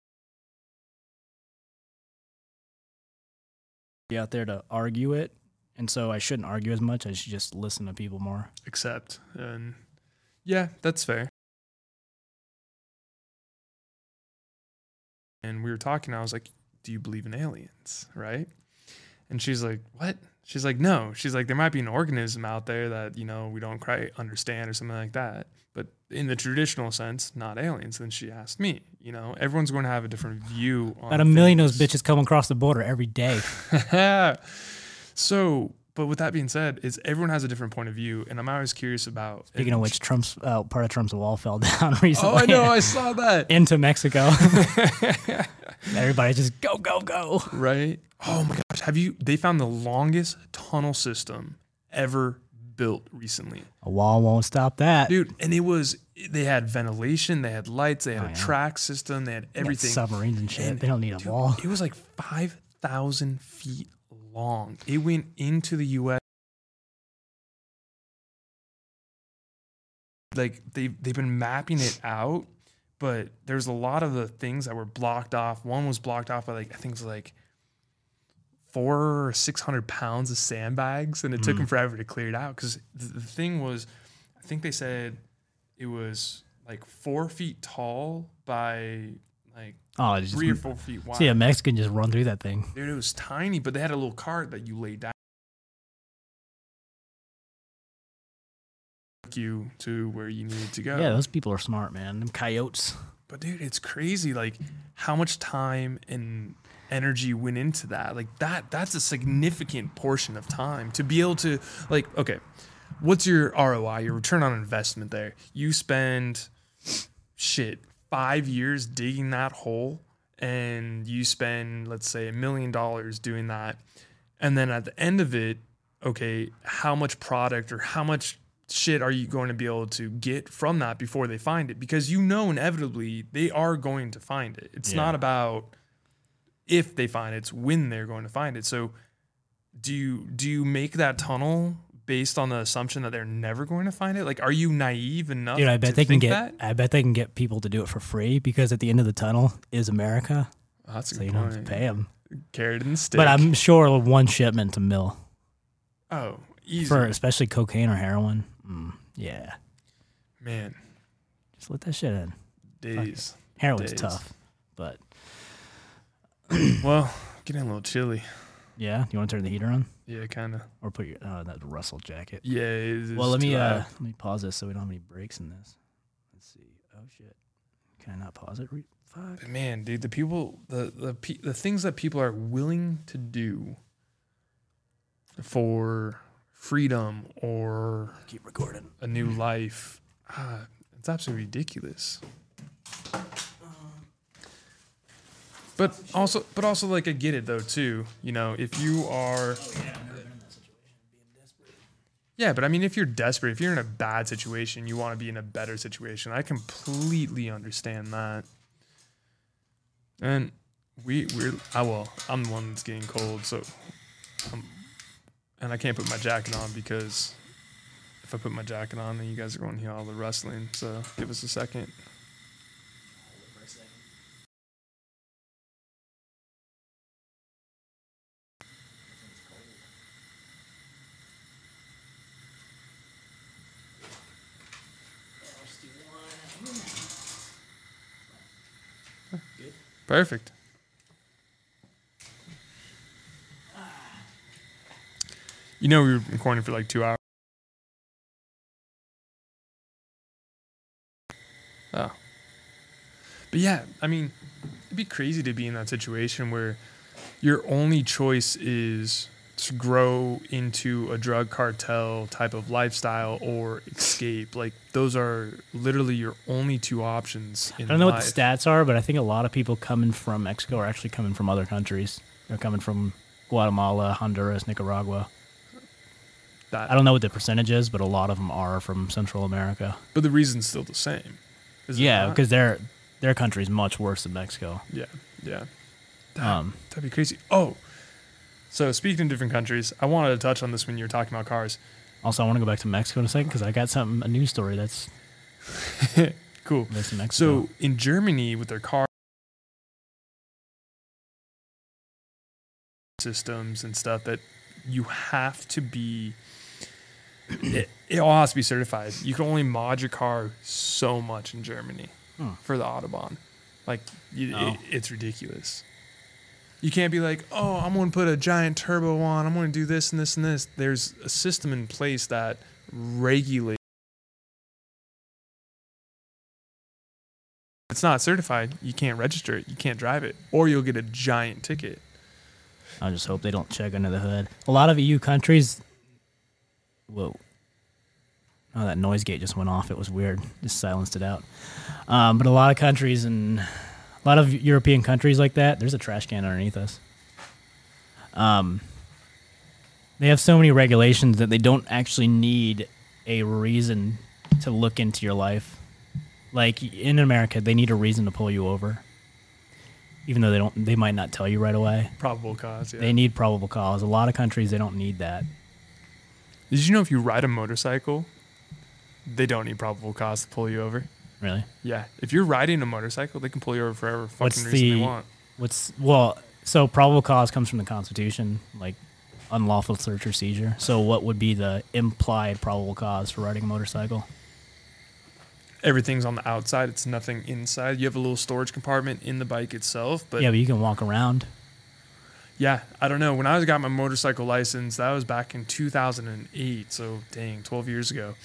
Speaker 2: Be out there to argue it, and so I shouldn't argue as much. I should just listen to people more.
Speaker 1: accept and yeah that's fair and we were talking i was like do you believe in aliens right and she's like what she's like no she's like there might be an organism out there that you know we don't quite understand or something like that but in the traditional sense not aliens then she asked me you know everyone's going to have a different view on
Speaker 2: About a million of
Speaker 1: things.
Speaker 2: those bitches come across the border every day.
Speaker 1: so, but with that being said, is everyone has a different point of view, and I'm always curious about.
Speaker 2: Speaking of which, Trump's uh, part of Trump's wall fell down recently.
Speaker 1: oh, I know, I saw that.
Speaker 2: into Mexico. Everybody just go go go.
Speaker 1: right? Oh my gosh, have you? They found the longest tunnel system ever built recently,
Speaker 2: A wall won't stop that.
Speaker 1: dude. And it was they had ventilation, they had lights, they had a
Speaker 2: yeah.
Speaker 1: track system, they had
Speaker 2: They got
Speaker 1: everything.
Speaker 2: submarines and shit.
Speaker 1: And,
Speaker 2: they don't need a
Speaker 1: dude,
Speaker 2: wall.
Speaker 1: It was like five thousand feet long. It went into the U.S. Like they they've been mapping it out, but there's a lot of the things that were blocked off. One was blocked off by like I think it was like four or six hundred pounds of sandbags, and it
Speaker 2: Hmm.
Speaker 1: took them forever to clear it out because the thing was, I think they said it was like four feet tall by like
Speaker 2: Oh, it's
Speaker 1: three or
Speaker 2: just,
Speaker 1: four feet wide.
Speaker 2: see a Mexican just run through that thing.
Speaker 1: Dude, it was tiny, but they had a little cart that you laid down. Took You to where you needed to go.
Speaker 2: Yeah, those people are smart, man. Them coyotes.
Speaker 1: But dude, it's crazy like how much time and energy went into that. Like that that's a significant portion of time to be able to like okay, what's your ROI, your return on investment there? You spend shit 5 years digging that hole and you spend let's say a million dollars doing that. And then at the end of it, okay, how much product or how much shit are you going to be able to get from that before they find it? Because you know inevitably they are going to find it. It's
Speaker 2: Yeah.
Speaker 1: not about if they find it, it's when they're going to find it. So do you do you make that tunnel based on the assumption that they're never going to find it? Like are you naive enough
Speaker 2: Dude, I
Speaker 1: to
Speaker 2: bet they
Speaker 1: think
Speaker 2: can get.
Speaker 1: that?
Speaker 2: I bet they can get people to do it for free because at the end of the tunnel is America,
Speaker 1: Oh, that's a
Speaker 2: so you
Speaker 1: good
Speaker 2: don't have to
Speaker 1: point.
Speaker 2: pay them.
Speaker 1: Carrot and stick.
Speaker 2: But I'm sure one shipment to mill
Speaker 1: oh, easy.
Speaker 2: for especially cocaine or heroin. Mm, yeah,
Speaker 1: Man,
Speaker 2: just let that shit in.
Speaker 1: days.
Speaker 2: Heroin's
Speaker 1: Days.
Speaker 2: tough, but
Speaker 1: Well, getting a little chilly.
Speaker 2: yeah, you want to turn the heater on
Speaker 1: Yeah, kind of.
Speaker 2: or put your oh that Russell jacket.
Speaker 1: Yeah. It is
Speaker 2: Well, let
Speaker 1: too
Speaker 2: me
Speaker 1: loud.
Speaker 2: uh, let me pause this so we don't have any breaks in this. Let's see. Oh shit! Can I not pause it? Re- Fuck.
Speaker 1: But man, dude, the people, the the pe- the things that people are willing to do for freedom or
Speaker 2: Keep recording.
Speaker 1: a new life, ah, it's absolutely ridiculous. But also, but also, like I get it though too. You know, if you are, yeah, but I mean, if you're desperate, if you're in a bad situation, you want to be in a better situation. I completely understand that. And we we're I well, I'm the one that's getting cold, so I'm, and I can't put my jacket on because if I put my jacket on, then you guys are going to hear all the rustling. So give us a second. Perfect. You know we were recording for like two hours. Oh. But yeah, I mean, it'd be crazy to be in that situation where your only choice is to grow into a drug cartel type of lifestyle or escape. Like those are literally your only two options. In
Speaker 2: I don't know
Speaker 1: life.
Speaker 2: what the stats are, but I think a lot of people coming from Mexico are actually coming from other countries. They're coming from Guatemala, Honduras, Nicaragua.
Speaker 1: That-
Speaker 2: I don't know what the percentage is, but a lot of them are from Central America.
Speaker 1: but the reason's still the same. is it
Speaker 2: Yeah,
Speaker 1: not?
Speaker 2: because their their country's much worse than Mexico.
Speaker 1: yeah, yeah.
Speaker 2: Um,
Speaker 1: That'd be crazy. Oh, so speaking of different countries, I wanted to touch on this when you were talking about cars.
Speaker 2: also, I want to go back to Mexico in a second because I got something a news story that's
Speaker 1: Cool.
Speaker 2: that's in Mexico.
Speaker 1: So in Germany, with their car systems and stuff, that you have to be. It, it all has to be certified. You can only mod your car so much in Germany
Speaker 2: Hmm.
Speaker 1: for the autobahn. Like, you,
Speaker 2: Oh.
Speaker 1: it, it's ridiculous. You can't be like, oh, I'm going to put a giant turbo on. I'm going to do this and this and this. There's a system in place that regulates. it's not certified, you can't register it, you can't drive it, or you'll get a giant ticket.
Speaker 2: I just hope they don't check under the hood. A lot of EU countries. Whoa. Oh, that noise gate just went off. It was weird. Just silenced it out. Um, but a lot of countries and a lot of European countries like that, there's a trash can underneath us. Um, they have so many regulations that they don't actually need a reason to look into your life. Like in America, they need a reason to pull you over, even though they don't. They might not tell you right away.
Speaker 1: Probable cause. Yeah.
Speaker 2: They need probable cause. A lot of countries they don't need that.
Speaker 1: Did you know if you ride a motorcycle, they don't need probable cause to pull you over?
Speaker 2: Really?
Speaker 1: Yeah. If you're riding a motorcycle, they can pull you over for whatever fucking
Speaker 2: What's
Speaker 1: reason
Speaker 2: the-
Speaker 1: they want.
Speaker 2: What's well? So probable cause comes from the Constitution, like unlawful search or seizure. So what would be the implied probable cause for riding a motorcycle?
Speaker 1: Everything's on the outside, it's nothing inside. You have a little storage compartment in the bike itself, but
Speaker 2: yeah,
Speaker 1: yeah,
Speaker 2: but you can walk around.
Speaker 1: I don't know. When I was got my motorcycle license, that was back in 2008, so dang, 12 years ago.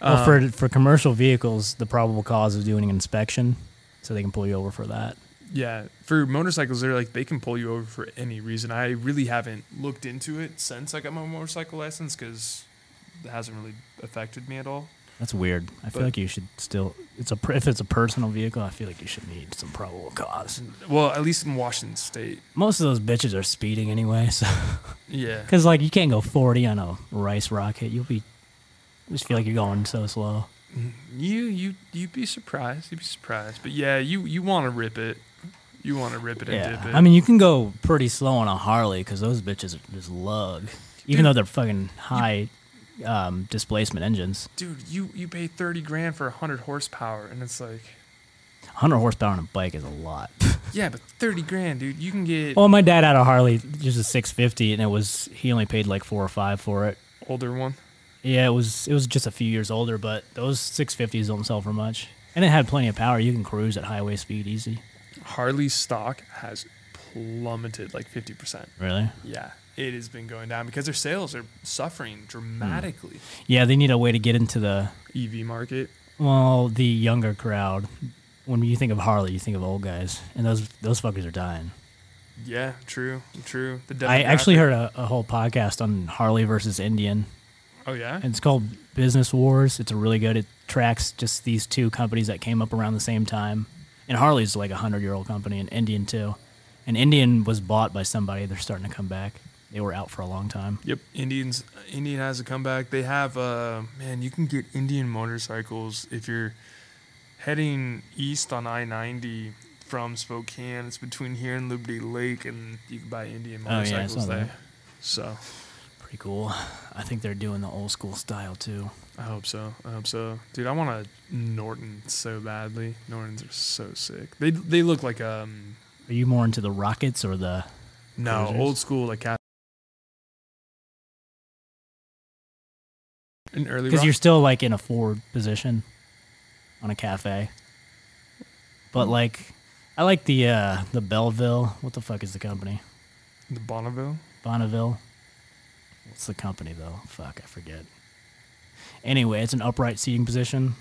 Speaker 1: Um,
Speaker 2: well, for for commercial vehicles, the probable cause is doing an inspection, so they can pull you over for that.
Speaker 1: Yeah, for motorcycles, they're like they can pull you over for any reason. I really haven't looked into it since I got my motorcycle license because it hasn't really affected me at all.
Speaker 2: That's weird. I feel
Speaker 1: But-
Speaker 2: like you should still. It's a per- if it's a personal vehicle, I feel like you should need some probable cause.
Speaker 1: Well, at least in Washington State.
Speaker 2: Most of those bitches are speeding anyway, so.
Speaker 1: Yeah,
Speaker 2: Because like you can't go 40 on a rice rocket. You'll be you just feel like you're going so slow.
Speaker 1: you you you'd be surprised. You'd be surprised. But yeah, you you want to rip it. You want to rip it and
Speaker 2: Yeah,
Speaker 1: dip it.
Speaker 2: I mean you can go pretty slow on a Harley because those bitches just lug, even
Speaker 1: Dude.
Speaker 2: though they're fucking high um, displacement engines.
Speaker 1: dude, you you pay thirty grand for hundred horsepower, and it's like,
Speaker 2: 100 horsepower on a bike is a lot.
Speaker 1: yeah, but thirty grand, dude, you can get
Speaker 2: well, my dad had a Harley, just a 650, and it was he only paid like four or five for it.
Speaker 1: older one.
Speaker 2: Yeah, it was it was just a few years older, but those 650s don't sell for much, and it had plenty of power. You can cruise at highway speed easy.
Speaker 1: Harley stock has plummeted like fifty percent.
Speaker 2: Really?
Speaker 1: Yeah, it has been going down because their sales are
Speaker 2: Hmm.
Speaker 1: suffering dramatically.
Speaker 2: Yeah, they need a way to get into the
Speaker 1: EV market.
Speaker 2: Well, the younger crowd. When you think of Harley, you think of old guys, and those those fuckers are dying.
Speaker 1: Yeah, true, true. The
Speaker 2: I actually
Speaker 1: demographic-
Speaker 2: heard a, a whole podcast on Harley versus Indian.
Speaker 1: Oh yeah,
Speaker 2: It's called Business Wars. It's a really good. It tracks just these two companies that came up around the same time, and Harley's like a hundred year old company, and Indian too. And Indian was bought by somebody. They're starting to come back. They were out for a long time.
Speaker 1: yep. Indians, Indian has a comeback. They have, uh, man, you can get Indian motorcycles if you're heading east on I ninety from Spokane. It's between here and Liberty Lake, and you can buy Indian
Speaker 2: Oh, yeah, I saw
Speaker 1: motorcycles
Speaker 2: that.
Speaker 1: there. So
Speaker 2: Pretty cool. I think they're doing the old school style too.
Speaker 1: I hope so. I hope so, dude. I want a Norton so badly. Nortons are so sick. They they look like um
Speaker 2: Are you more into the rockets or the?
Speaker 1: No,
Speaker 2: Cruisers?
Speaker 1: old school like cat. An early
Speaker 2: because
Speaker 1: rock.
Speaker 2: you're still like in a forward position on a cafe. But like, I like the uh the Belleville. What the fuck is the company?
Speaker 1: the Bonneville.
Speaker 2: Bonneville. What's the company though? Fuck, I forget. Anyway, it's an upright seating position.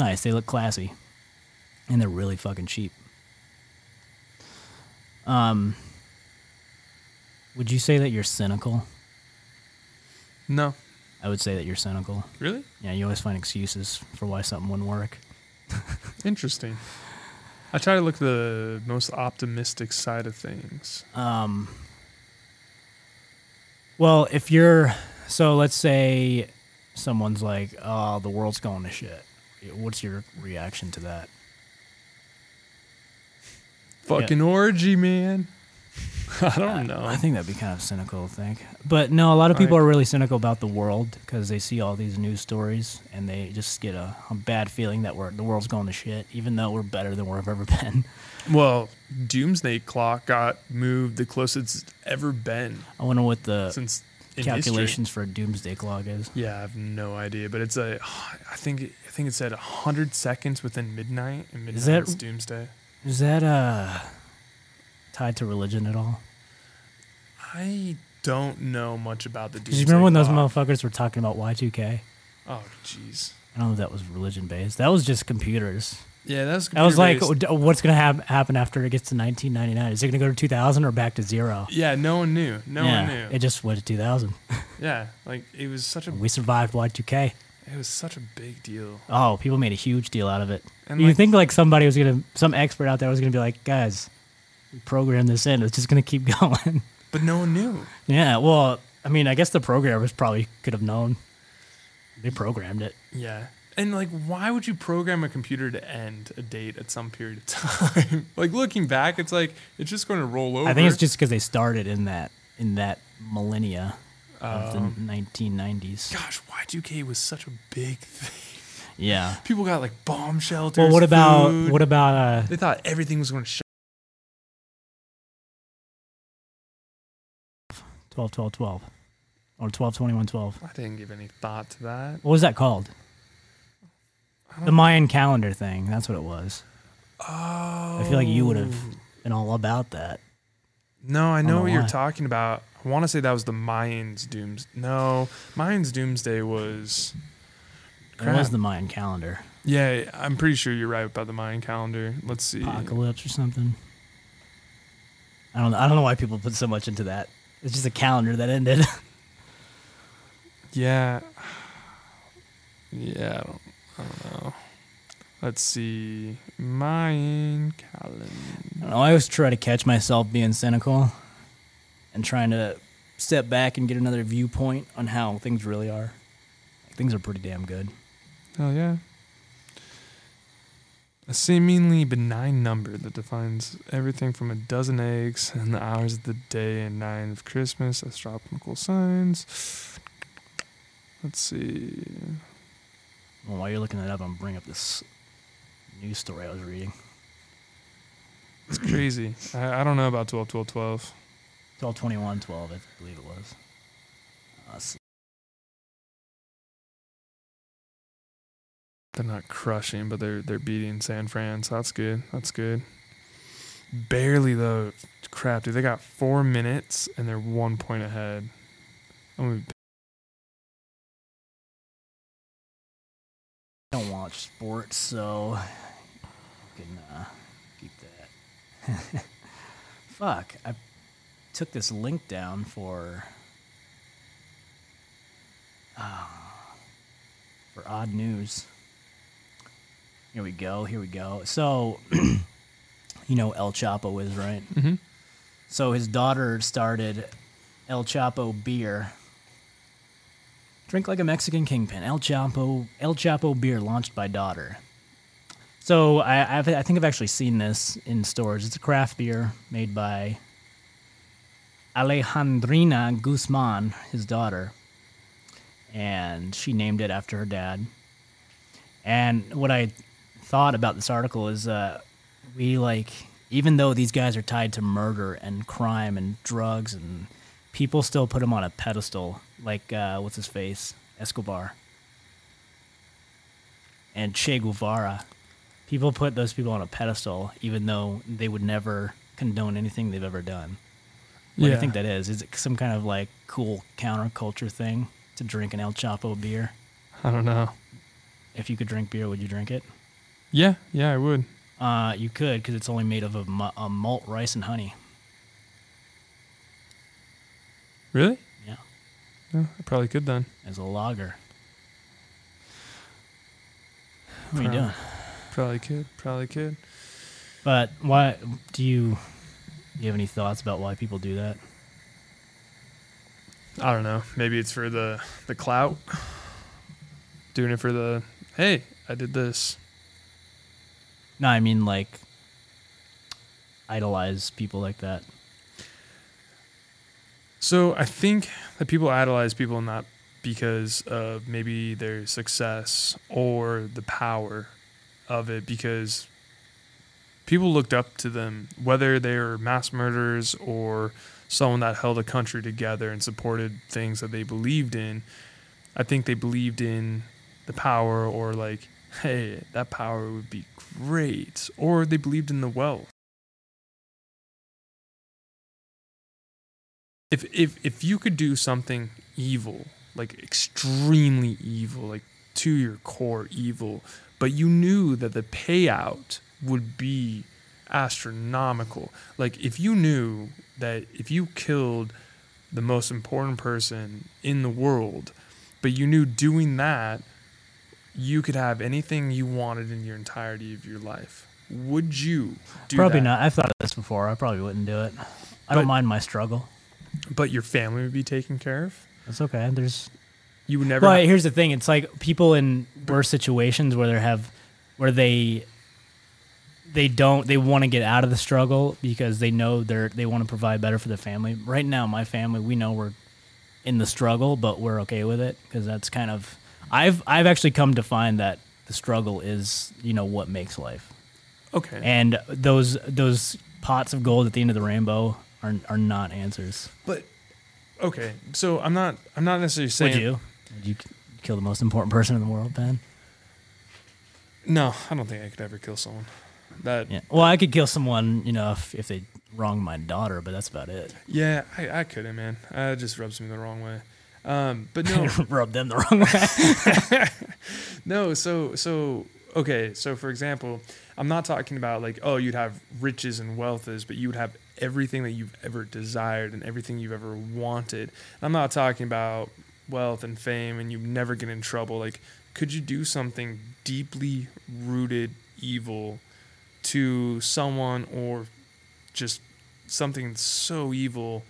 Speaker 2: Nice. They look classy, and they're really fucking cheap. Um, would you say that you're cynical?
Speaker 1: No,
Speaker 2: I would say that you're cynical.
Speaker 1: really
Speaker 2: Yeah, you always find excuses for why something wouldn't work.
Speaker 1: interesting. I try to look the most optimistic side of things.
Speaker 2: Um, well, if you're so, let's say someone's like, "Oh, the world's going to shit." What's your reaction to that?
Speaker 1: Fucking orgy, man. I don't know.
Speaker 2: I think that'd be kind of cynical to think. But no, a lot of people
Speaker 1: Like-
Speaker 2: are really cynical about the world because they see all these news stories and they just get a, a bad feeling that we're the world's going to shit, even though we're better than we've ever been.
Speaker 1: Well, Doomsday Clock got moved the closest it's ever been
Speaker 2: I wonder what the
Speaker 1: since in
Speaker 2: Uh, calculations for a doomsday clock is.
Speaker 1: History. Yeah, I have no idea, but it's a. I think I think it said hundred seconds within midnight, and midnight
Speaker 2: Is
Speaker 1: is
Speaker 2: that-
Speaker 1: Doomsday.
Speaker 2: Is that uh tied to religion at all?
Speaker 1: I don't know much about the.
Speaker 2: Because
Speaker 1: Doomsday
Speaker 2: you remember when those
Speaker 1: Clock.
Speaker 2: motherfuckers were talking about Y2K? I
Speaker 1: Oh, jeez.
Speaker 2: don't know if that was religion based. That was just computers.
Speaker 1: Yeah, that was.
Speaker 2: That was like,
Speaker 1: computer-based.
Speaker 2: "Oh, d- what's going to hap- happen after it gets to 1999? Is it going to go to 2000 or back to zero?
Speaker 1: Yeah, no one knew. No
Speaker 2: oh, yeah,
Speaker 1: one knew.
Speaker 2: It just went to 2000.
Speaker 1: yeah, like it was such a.
Speaker 2: We survived Y2K.
Speaker 1: It was such a big deal.
Speaker 2: Oh, people made a huge deal out of it.
Speaker 1: And
Speaker 2: you
Speaker 1: like-
Speaker 2: think like somebody was going to, some expert out there was going to be like, guys, we programmed this in. It's just going to keep going.
Speaker 1: But no one knew.
Speaker 2: yeah. Well, I mean, I guess the programmers probably could have known. They programmed it.
Speaker 1: Yeah. And like, why would you program a computer to end a date at some period of time? like looking back, it's like it's just going to roll over.
Speaker 2: I think it's just because they started in that in that millennia of the
Speaker 1: Um,
Speaker 2: 1990s.
Speaker 1: gosh, Y2K was such a big thing.
Speaker 2: Yeah.
Speaker 1: People got like bomb shelters.
Speaker 2: Well, what about
Speaker 1: food.
Speaker 2: what about uh,
Speaker 1: They thought everything was going to shut.
Speaker 2: 12, 12, 12, or 12, 21, 12?
Speaker 1: I didn't give any thought to that.
Speaker 2: What was that called?
Speaker 1: don't-
Speaker 2: The Mayan calendar thing. That's what it was.
Speaker 1: Oh.
Speaker 2: I feel like you would have been all about that.
Speaker 1: No, I
Speaker 2: know
Speaker 1: know what you're
Speaker 2: why.
Speaker 1: talking about. I want to say that was the Mayans' dooms. No, Mayans' doomsday was.
Speaker 2: It
Speaker 1: Crap.
Speaker 2: was the Mayan calendar.
Speaker 1: Yeah, I'm pretty sure you're right about the Mayan calendar. Let's see.
Speaker 2: Apocalypse or something. I don't know. I don't know why people put so much into that. It's just a calendar that ended.
Speaker 1: Yeah. Yeah, I don't, I don't know. Let's see. Mayan
Speaker 2: I
Speaker 1: calendar.
Speaker 2: don't know, I always try to catch myself being cynical and trying to step back and get another viewpoint on how things really are. Like, things are pretty damn good.
Speaker 1: Hell yeah. A seemingly benign number that defines everything from a dozen eggs and the hours of the day and nine of Christmas, astronomical signs. Let's see.
Speaker 2: Well, while you're looking that up, I'm bringing up this news story I was reading.
Speaker 1: It's crazy. I, I don't know about 12, 12, 12.
Speaker 2: 12 21 12, I believe it was. Uh, s-
Speaker 1: They're not crushing, but they're they're beating San Fran, so that's good. That's good. Barely though. Crap, dude. They got four minutes and they're one point ahead. I'm gonna be
Speaker 2: I don't watch sports, so you can uh, keep that. Fuck, I took this link down for uh, for odd news. Here we go. Here we go. So, you know, El Chapo is right.
Speaker 1: Mhm.
Speaker 2: So his daughter started El Chapo beer. Drink like a Mexican kingpin. El Chapo, El Chapo beer launched by daughter. So I, I've, I think I've actually seen this in stores. It's a craft beer made by Alejandrina Guzman, his daughter, and she named it after her dad. And what I thought about this article is uh, we like, even though these guys are tied to murder and crime and drugs, and people still put them on a pedestal, like, uh, what's his face? Escobar and Che Guevara. People put those people on a pedestal, even though they would never condone anything they've ever done. What do you
Speaker 1: Yeah.
Speaker 2: think that is? Is it some kind of like cool counterculture thing to drink an El Chapo beer?
Speaker 1: I don't know.
Speaker 2: If you could drink beer, would you drink it?
Speaker 1: Yeah, yeah, I would.
Speaker 2: Uh, you could because it's only made of a, mu- a malt, rice, and honey.
Speaker 1: Really?
Speaker 2: Yeah.
Speaker 1: Yeah, I probably could then.
Speaker 2: as a logger. What are you
Speaker 1: Proud.
Speaker 2: doing?
Speaker 1: Probably could. Probably could.
Speaker 2: But why do you? You have any thoughts about why people do that?
Speaker 1: I don't know. Maybe it's for the the clout. Doing it for the hey, I did this.
Speaker 2: No, I mean like idolize people like that.
Speaker 1: So I think that people idolize people not because of maybe their success or the power of it, because people looked up to them, whether they were mass murderers or someone that held a country together and supported things that they believed in. I think they believed in the power or like, hey, that power would be great. Or they believed in the wealth. if if if you could do something evil, like extremely evil, like to your core evil, but you knew that the payout would be astronomical. Like if you knew that if you killed the most important person in the world, but you knew doing that you could have anything you wanted in your entirety of your life. Would you do
Speaker 2: probably
Speaker 1: that?
Speaker 2: not. I've thought of this before. I probably wouldn't do it. I
Speaker 1: But-
Speaker 2: don't mind my struggle.
Speaker 1: But your family would be taken care of.
Speaker 2: That's okay. There's
Speaker 1: You would never.
Speaker 2: But here's the thing: it's like people in worse situations where they have, where they, they don't, they want to get out of the struggle because they know they're they want to provide better for the family. Right now, my family, we know we're in the struggle, but we're okay with it because that's kind of I've I've actually come to find that the struggle is you know what makes life,
Speaker 1: okay.
Speaker 2: and those those pots of gold at the end of the rainbow are are not answers.
Speaker 1: But okay, so I'm not I'm not necessarily saying
Speaker 2: Would you? Would you kill the most important person in the world, Ben?
Speaker 1: no. I don't think I could ever kill someone. That yeah,
Speaker 2: Yeah. Well, I could kill someone, you know, if, if they wronged my daughter, but that's about it.
Speaker 1: I, I couldn't, man. Uh, It just rubs me the wrong way. Um, but no,
Speaker 2: Rub them the wrong way.
Speaker 1: no. So so okay. So for example, I'm not talking about like oh you'd have riches and wealth is, but you would have everything that you've ever desired and everything you've ever wanted. I'm not talking about wealth and fame and you never get in trouble. Like could you do something deeply rooted evil to someone or just something so evil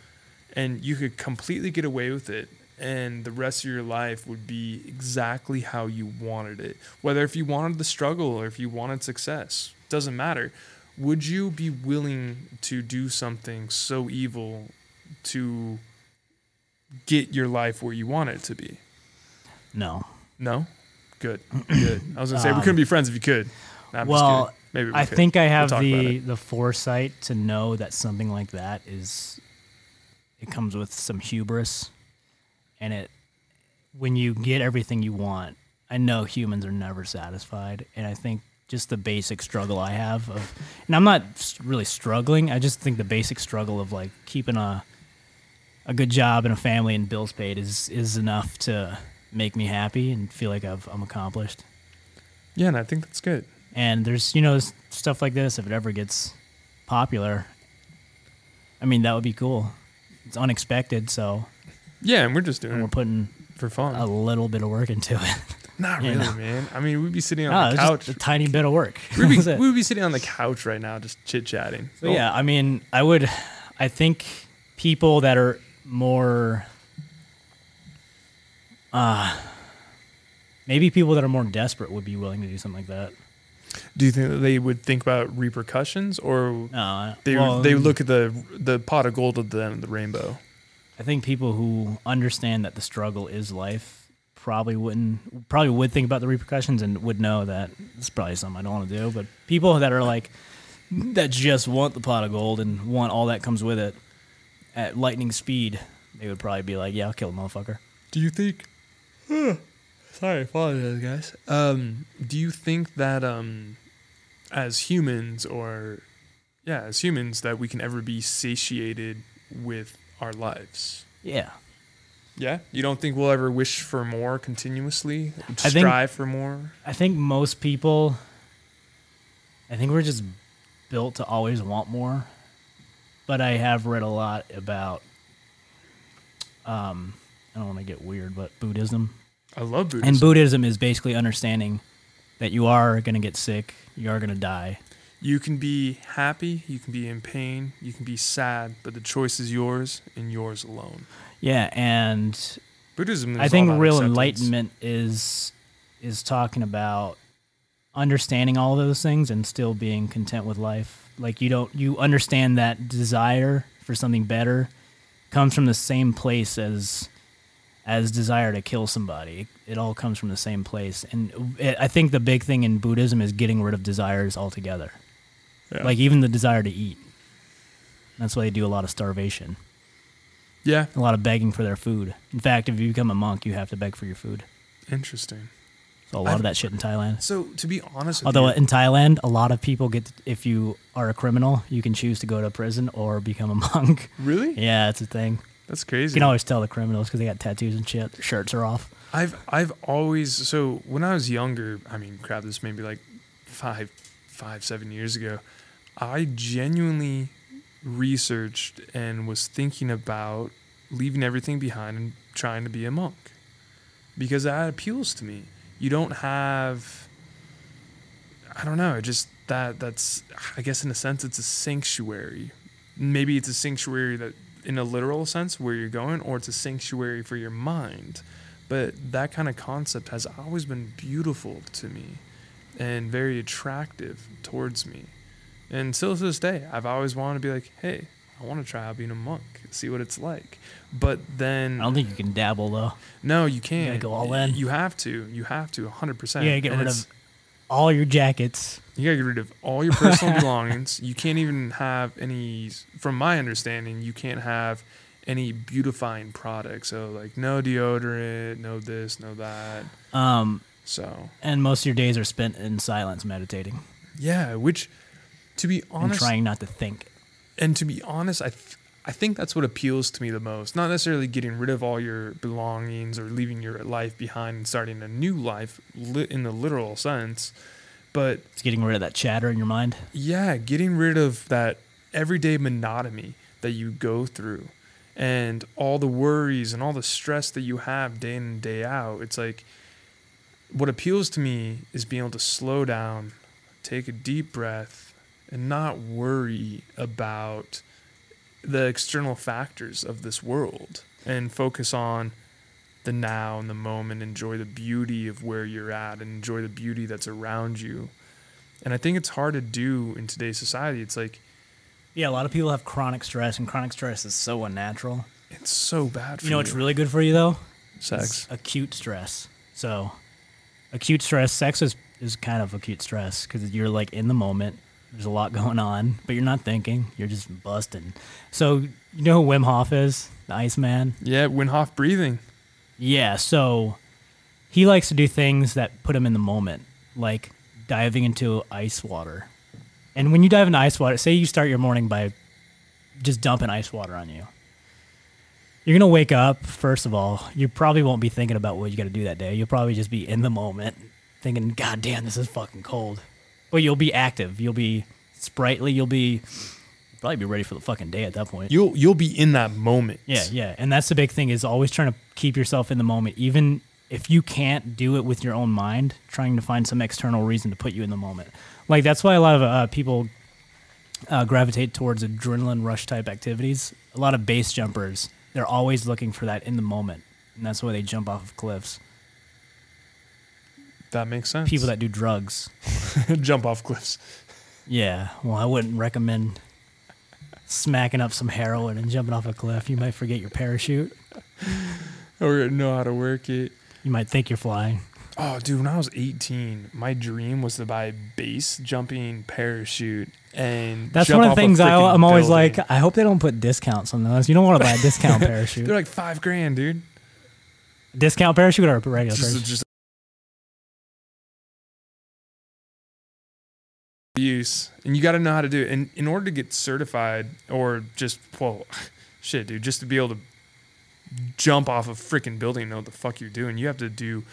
Speaker 1: and you could completely get away with it and the rest of your life would be exactly how you wanted it whether if you wanted the struggle or if you wanted success doesn't matter would you be willing to do something so evil to get your life where you want it to be
Speaker 2: No.
Speaker 1: no good good i was gonna say we couldn't be friends if you could Nah, I'm just
Speaker 2: Um, well,
Speaker 1: kidding. maybe we
Speaker 2: I
Speaker 1: could.
Speaker 2: think I
Speaker 1: We'll
Speaker 2: have
Speaker 1: talk about
Speaker 2: the,
Speaker 1: it.
Speaker 2: the foresight to know that something like that is, it comes with some hubris. And it, when you get everything you want, I know humans are never satisfied. And I think just the basic struggle I have of, and I'm not s- really struggling. I just think the basic struggle of like keeping a, a good job and a family and bills paid is, is enough to make me happy and feel like I've, I'm accomplished.
Speaker 1: yeah and i think that's good
Speaker 2: And there's, you know, s- stuff like this, if it ever gets popular, I mean, that would be cool. It's unexpected, so
Speaker 1: yeah and we're just doing
Speaker 2: we're
Speaker 1: it
Speaker 2: putting
Speaker 1: for fun
Speaker 2: a little bit of work into it.
Speaker 1: Not
Speaker 2: You
Speaker 1: really,
Speaker 2: know?
Speaker 1: man. I mean, we'd be sitting on
Speaker 2: no,
Speaker 1: the
Speaker 2: it's
Speaker 1: couch.
Speaker 2: just a tiny bit of work.
Speaker 1: we'd, be,
Speaker 2: That's it.
Speaker 1: we'd be sitting on the couch right now, just chit chatting.
Speaker 2: So, yeah, I mean, I would, I think people that are more, uh, maybe people that are more desperate would be willing to do something like that.
Speaker 1: Do you think that they would think about repercussions, or
Speaker 2: No, I-
Speaker 1: they
Speaker 2: well, um,
Speaker 1: they look at the the pot of gold at the end of the rainbow?
Speaker 2: I think people who understand that the struggle is life probably wouldn't probably would think about the repercussions and would know that it's probably something I don't want to do. But people that are like that just want the pot of gold and want all that comes with it at lightning speed, they would probably be like, "Yeah, I'll kill a motherfucker."
Speaker 1: Do you think? Sorry, apologize, guys. Um, do you think that um, as humans, or yeah, as humans, that we can ever be satiated with our lives?
Speaker 2: Yeah,
Speaker 1: Yeah, you don't think we'll ever wish for more continuously,
Speaker 2: think-
Speaker 1: strive for more?
Speaker 2: I think most people, I think we're just built to always want more. But I have read a lot about um, I don't want to get weird, but Buddhism.
Speaker 1: I love Buddhism.
Speaker 2: And Buddhism is basically understanding that you are going to get sick, you are going to die.
Speaker 1: you can be happy, you can be in pain, you can be sad, but the choice is yours and yours alone.
Speaker 2: Yeah, and
Speaker 1: Buddhism. Is
Speaker 2: I
Speaker 1: all
Speaker 2: think
Speaker 1: about
Speaker 2: real
Speaker 1: acceptance.
Speaker 2: enlightenment is is talking about understanding all those things and still being content with life. Like you don't you understand that desire for something better comes from the same place as as desire to kill somebody. It all comes from the same place. And it, I think the big thing in Buddhism is getting rid of desires altogether.
Speaker 1: Yeah.
Speaker 2: Like even the desire to eat. That's why they do a lot of starvation
Speaker 1: Yeah,
Speaker 2: a lot of begging for their food. In fact, if you become a monk, you have to beg for your food.
Speaker 1: interesting.
Speaker 2: So a lot
Speaker 1: I've-
Speaker 2: of that shit in Thailand.
Speaker 1: So to be honest, with
Speaker 2: Although
Speaker 1: you,
Speaker 2: in Thailand, a lot of people get if you are a criminal, you can choose to go to prison or become a monk.
Speaker 1: really,
Speaker 2: Yeah, it's a thing.
Speaker 1: that's
Speaker 2: You
Speaker 1: crazy.
Speaker 2: can always tell the criminals because they got tattoos and shit. Their shirts are off.
Speaker 1: I've I've always so when I was younger, I mean, crap, this may be like five, five, seven years ago. I genuinely researched and was thinking about leaving everything behind and trying to be a monk because that appeals to me. You don't have, I don't know, just that that's I guess in a sense it's a sanctuary. Maybe it's a sanctuary that in a literal sense where you're going, or it's a sanctuary for your mind but that kind of concept has always been beautiful to me and very attractive towards me and still to this day i've always wanted to be like hey i want to try out being a monk see what it's like but then
Speaker 2: I don't think you can dabble though.
Speaker 1: no you can't
Speaker 2: go all
Speaker 1: Y-
Speaker 2: in.
Speaker 1: you have to you have to 100%
Speaker 2: You gotta get
Speaker 1: And
Speaker 2: rid
Speaker 1: it's-
Speaker 2: of all your jackets.
Speaker 1: you gotta get rid of all your personal belongings. You can't even have any, from my understanding, you can't have any beautifying products. So, like, no deodorant, no this, no that.
Speaker 2: Um,
Speaker 1: So,
Speaker 2: and most of your days are spent in silence meditating
Speaker 1: Yeah, which to be
Speaker 2: and
Speaker 1: honest, and,
Speaker 2: trying not to think.
Speaker 1: to be honest, I th- I think that's what appeals to me the most. Not necessarily getting rid of all your belongings or leaving your life behind and starting a new life li- in the literal sense, but
Speaker 2: It's getting rid of that chatter in your mind.
Speaker 1: yeah, getting rid of that everyday monotony that you go through and all the worries and all the stress that you have day in and day out. It's like what appeals to me is being able to slow down, take a deep breath, and not worry about the external factors of this world and focus on the now and the moment, enjoy the beauty of where you're at, and enjoy the beauty that's around you. And I think it's hard to do in today's society. It's like
Speaker 2: Yeah, a lot of people have chronic stress, and chronic stress is so unnatural.
Speaker 1: it's so bad for
Speaker 2: You know what's really good for you though?
Speaker 1: sex.
Speaker 2: Acute stress. So, acute stress, sex is, is kind of acute stress because you're like in the moment. There's a lot going on, but you're not thinking. You're just busting. So, you know who Wim Hof is? The Iceman?
Speaker 1: Yeah, Wim Hof breathing.
Speaker 2: Yeah, so he likes to do things that put him in the moment, like diving into ice water. And when you dive into ice water, say you start your morning by just dumping ice water on you. You're going to wake up, first of all, you probably won't be thinking about what you got to do that day. You'll probably just be in the moment thinking, God damn, this is fucking cold. But you'll be active. You'll be sprightly. You'll be you'll probably be ready for the fucking day at that point.
Speaker 1: You'll you'll be in that moment.
Speaker 2: Yeah, yeah. And that's the big thing is always trying to keep yourself in the moment. Even if you can't do it with your own mind, trying to find some external reason to put you in the moment. Like that's why a lot of uh, people uh, gravitate towards adrenaline rush type activities. A lot of base jumpers, they're always looking for that in the moment. And that's why they jump off of cliffs.
Speaker 1: That makes sense.
Speaker 2: People that do drugs.
Speaker 1: that jump off cliffs.
Speaker 2: Yeah. Well, I wouldn't recommend smacking up some heroin and jumping off a cliff. You might forget your parachute.
Speaker 1: Or know how to work it.
Speaker 2: You might think you're flying.
Speaker 1: Oh, dude, when I was 18, my dream was to buy a base jumping parachute and
Speaker 2: That's
Speaker 1: jump
Speaker 2: one of
Speaker 1: off a
Speaker 2: the things I,
Speaker 1: freaking
Speaker 2: I'm always
Speaker 1: building.
Speaker 2: like. I hope they don't put discounts on those. You don't want to buy a discount parachute.
Speaker 1: They're like five grand, dude.
Speaker 2: discount parachute or a regular
Speaker 1: Just,
Speaker 2: parachute?
Speaker 1: just use, and you got to know how to do it. And in order to get certified, or just well, shit, dude, just to be able to jump off a freaking building and know what the fuck you're doing, you have to do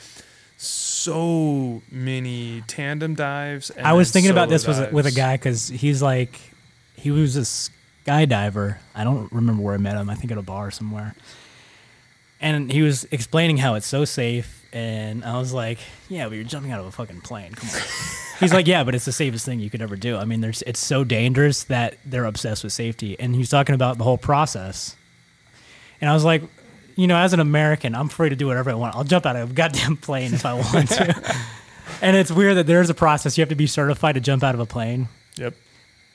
Speaker 1: so many tandem dives. And
Speaker 2: I was
Speaker 1: then
Speaker 2: thinking about
Speaker 1: solo
Speaker 2: this was with a
Speaker 1: dives.
Speaker 2: guy because he's like, he was a skydiver. I don't remember where I met him. I think at a bar somewhere. And he was explaining how it's so safe, and I was like, "Yeah, but you're jumping out of a fucking plane. Come on." He's like, "Yeah, but it's the safest thing you could ever do. I mean, there's it's so dangerous that they're obsessed with safety." And he's talking about the whole process, and I was like, "You know, as an American, I'm free to do whatever I want. I'll jump out of a goddamn plane if I want to." and it's weird that there's a process. You have to be certified to jump out of a plane,
Speaker 1: Yep.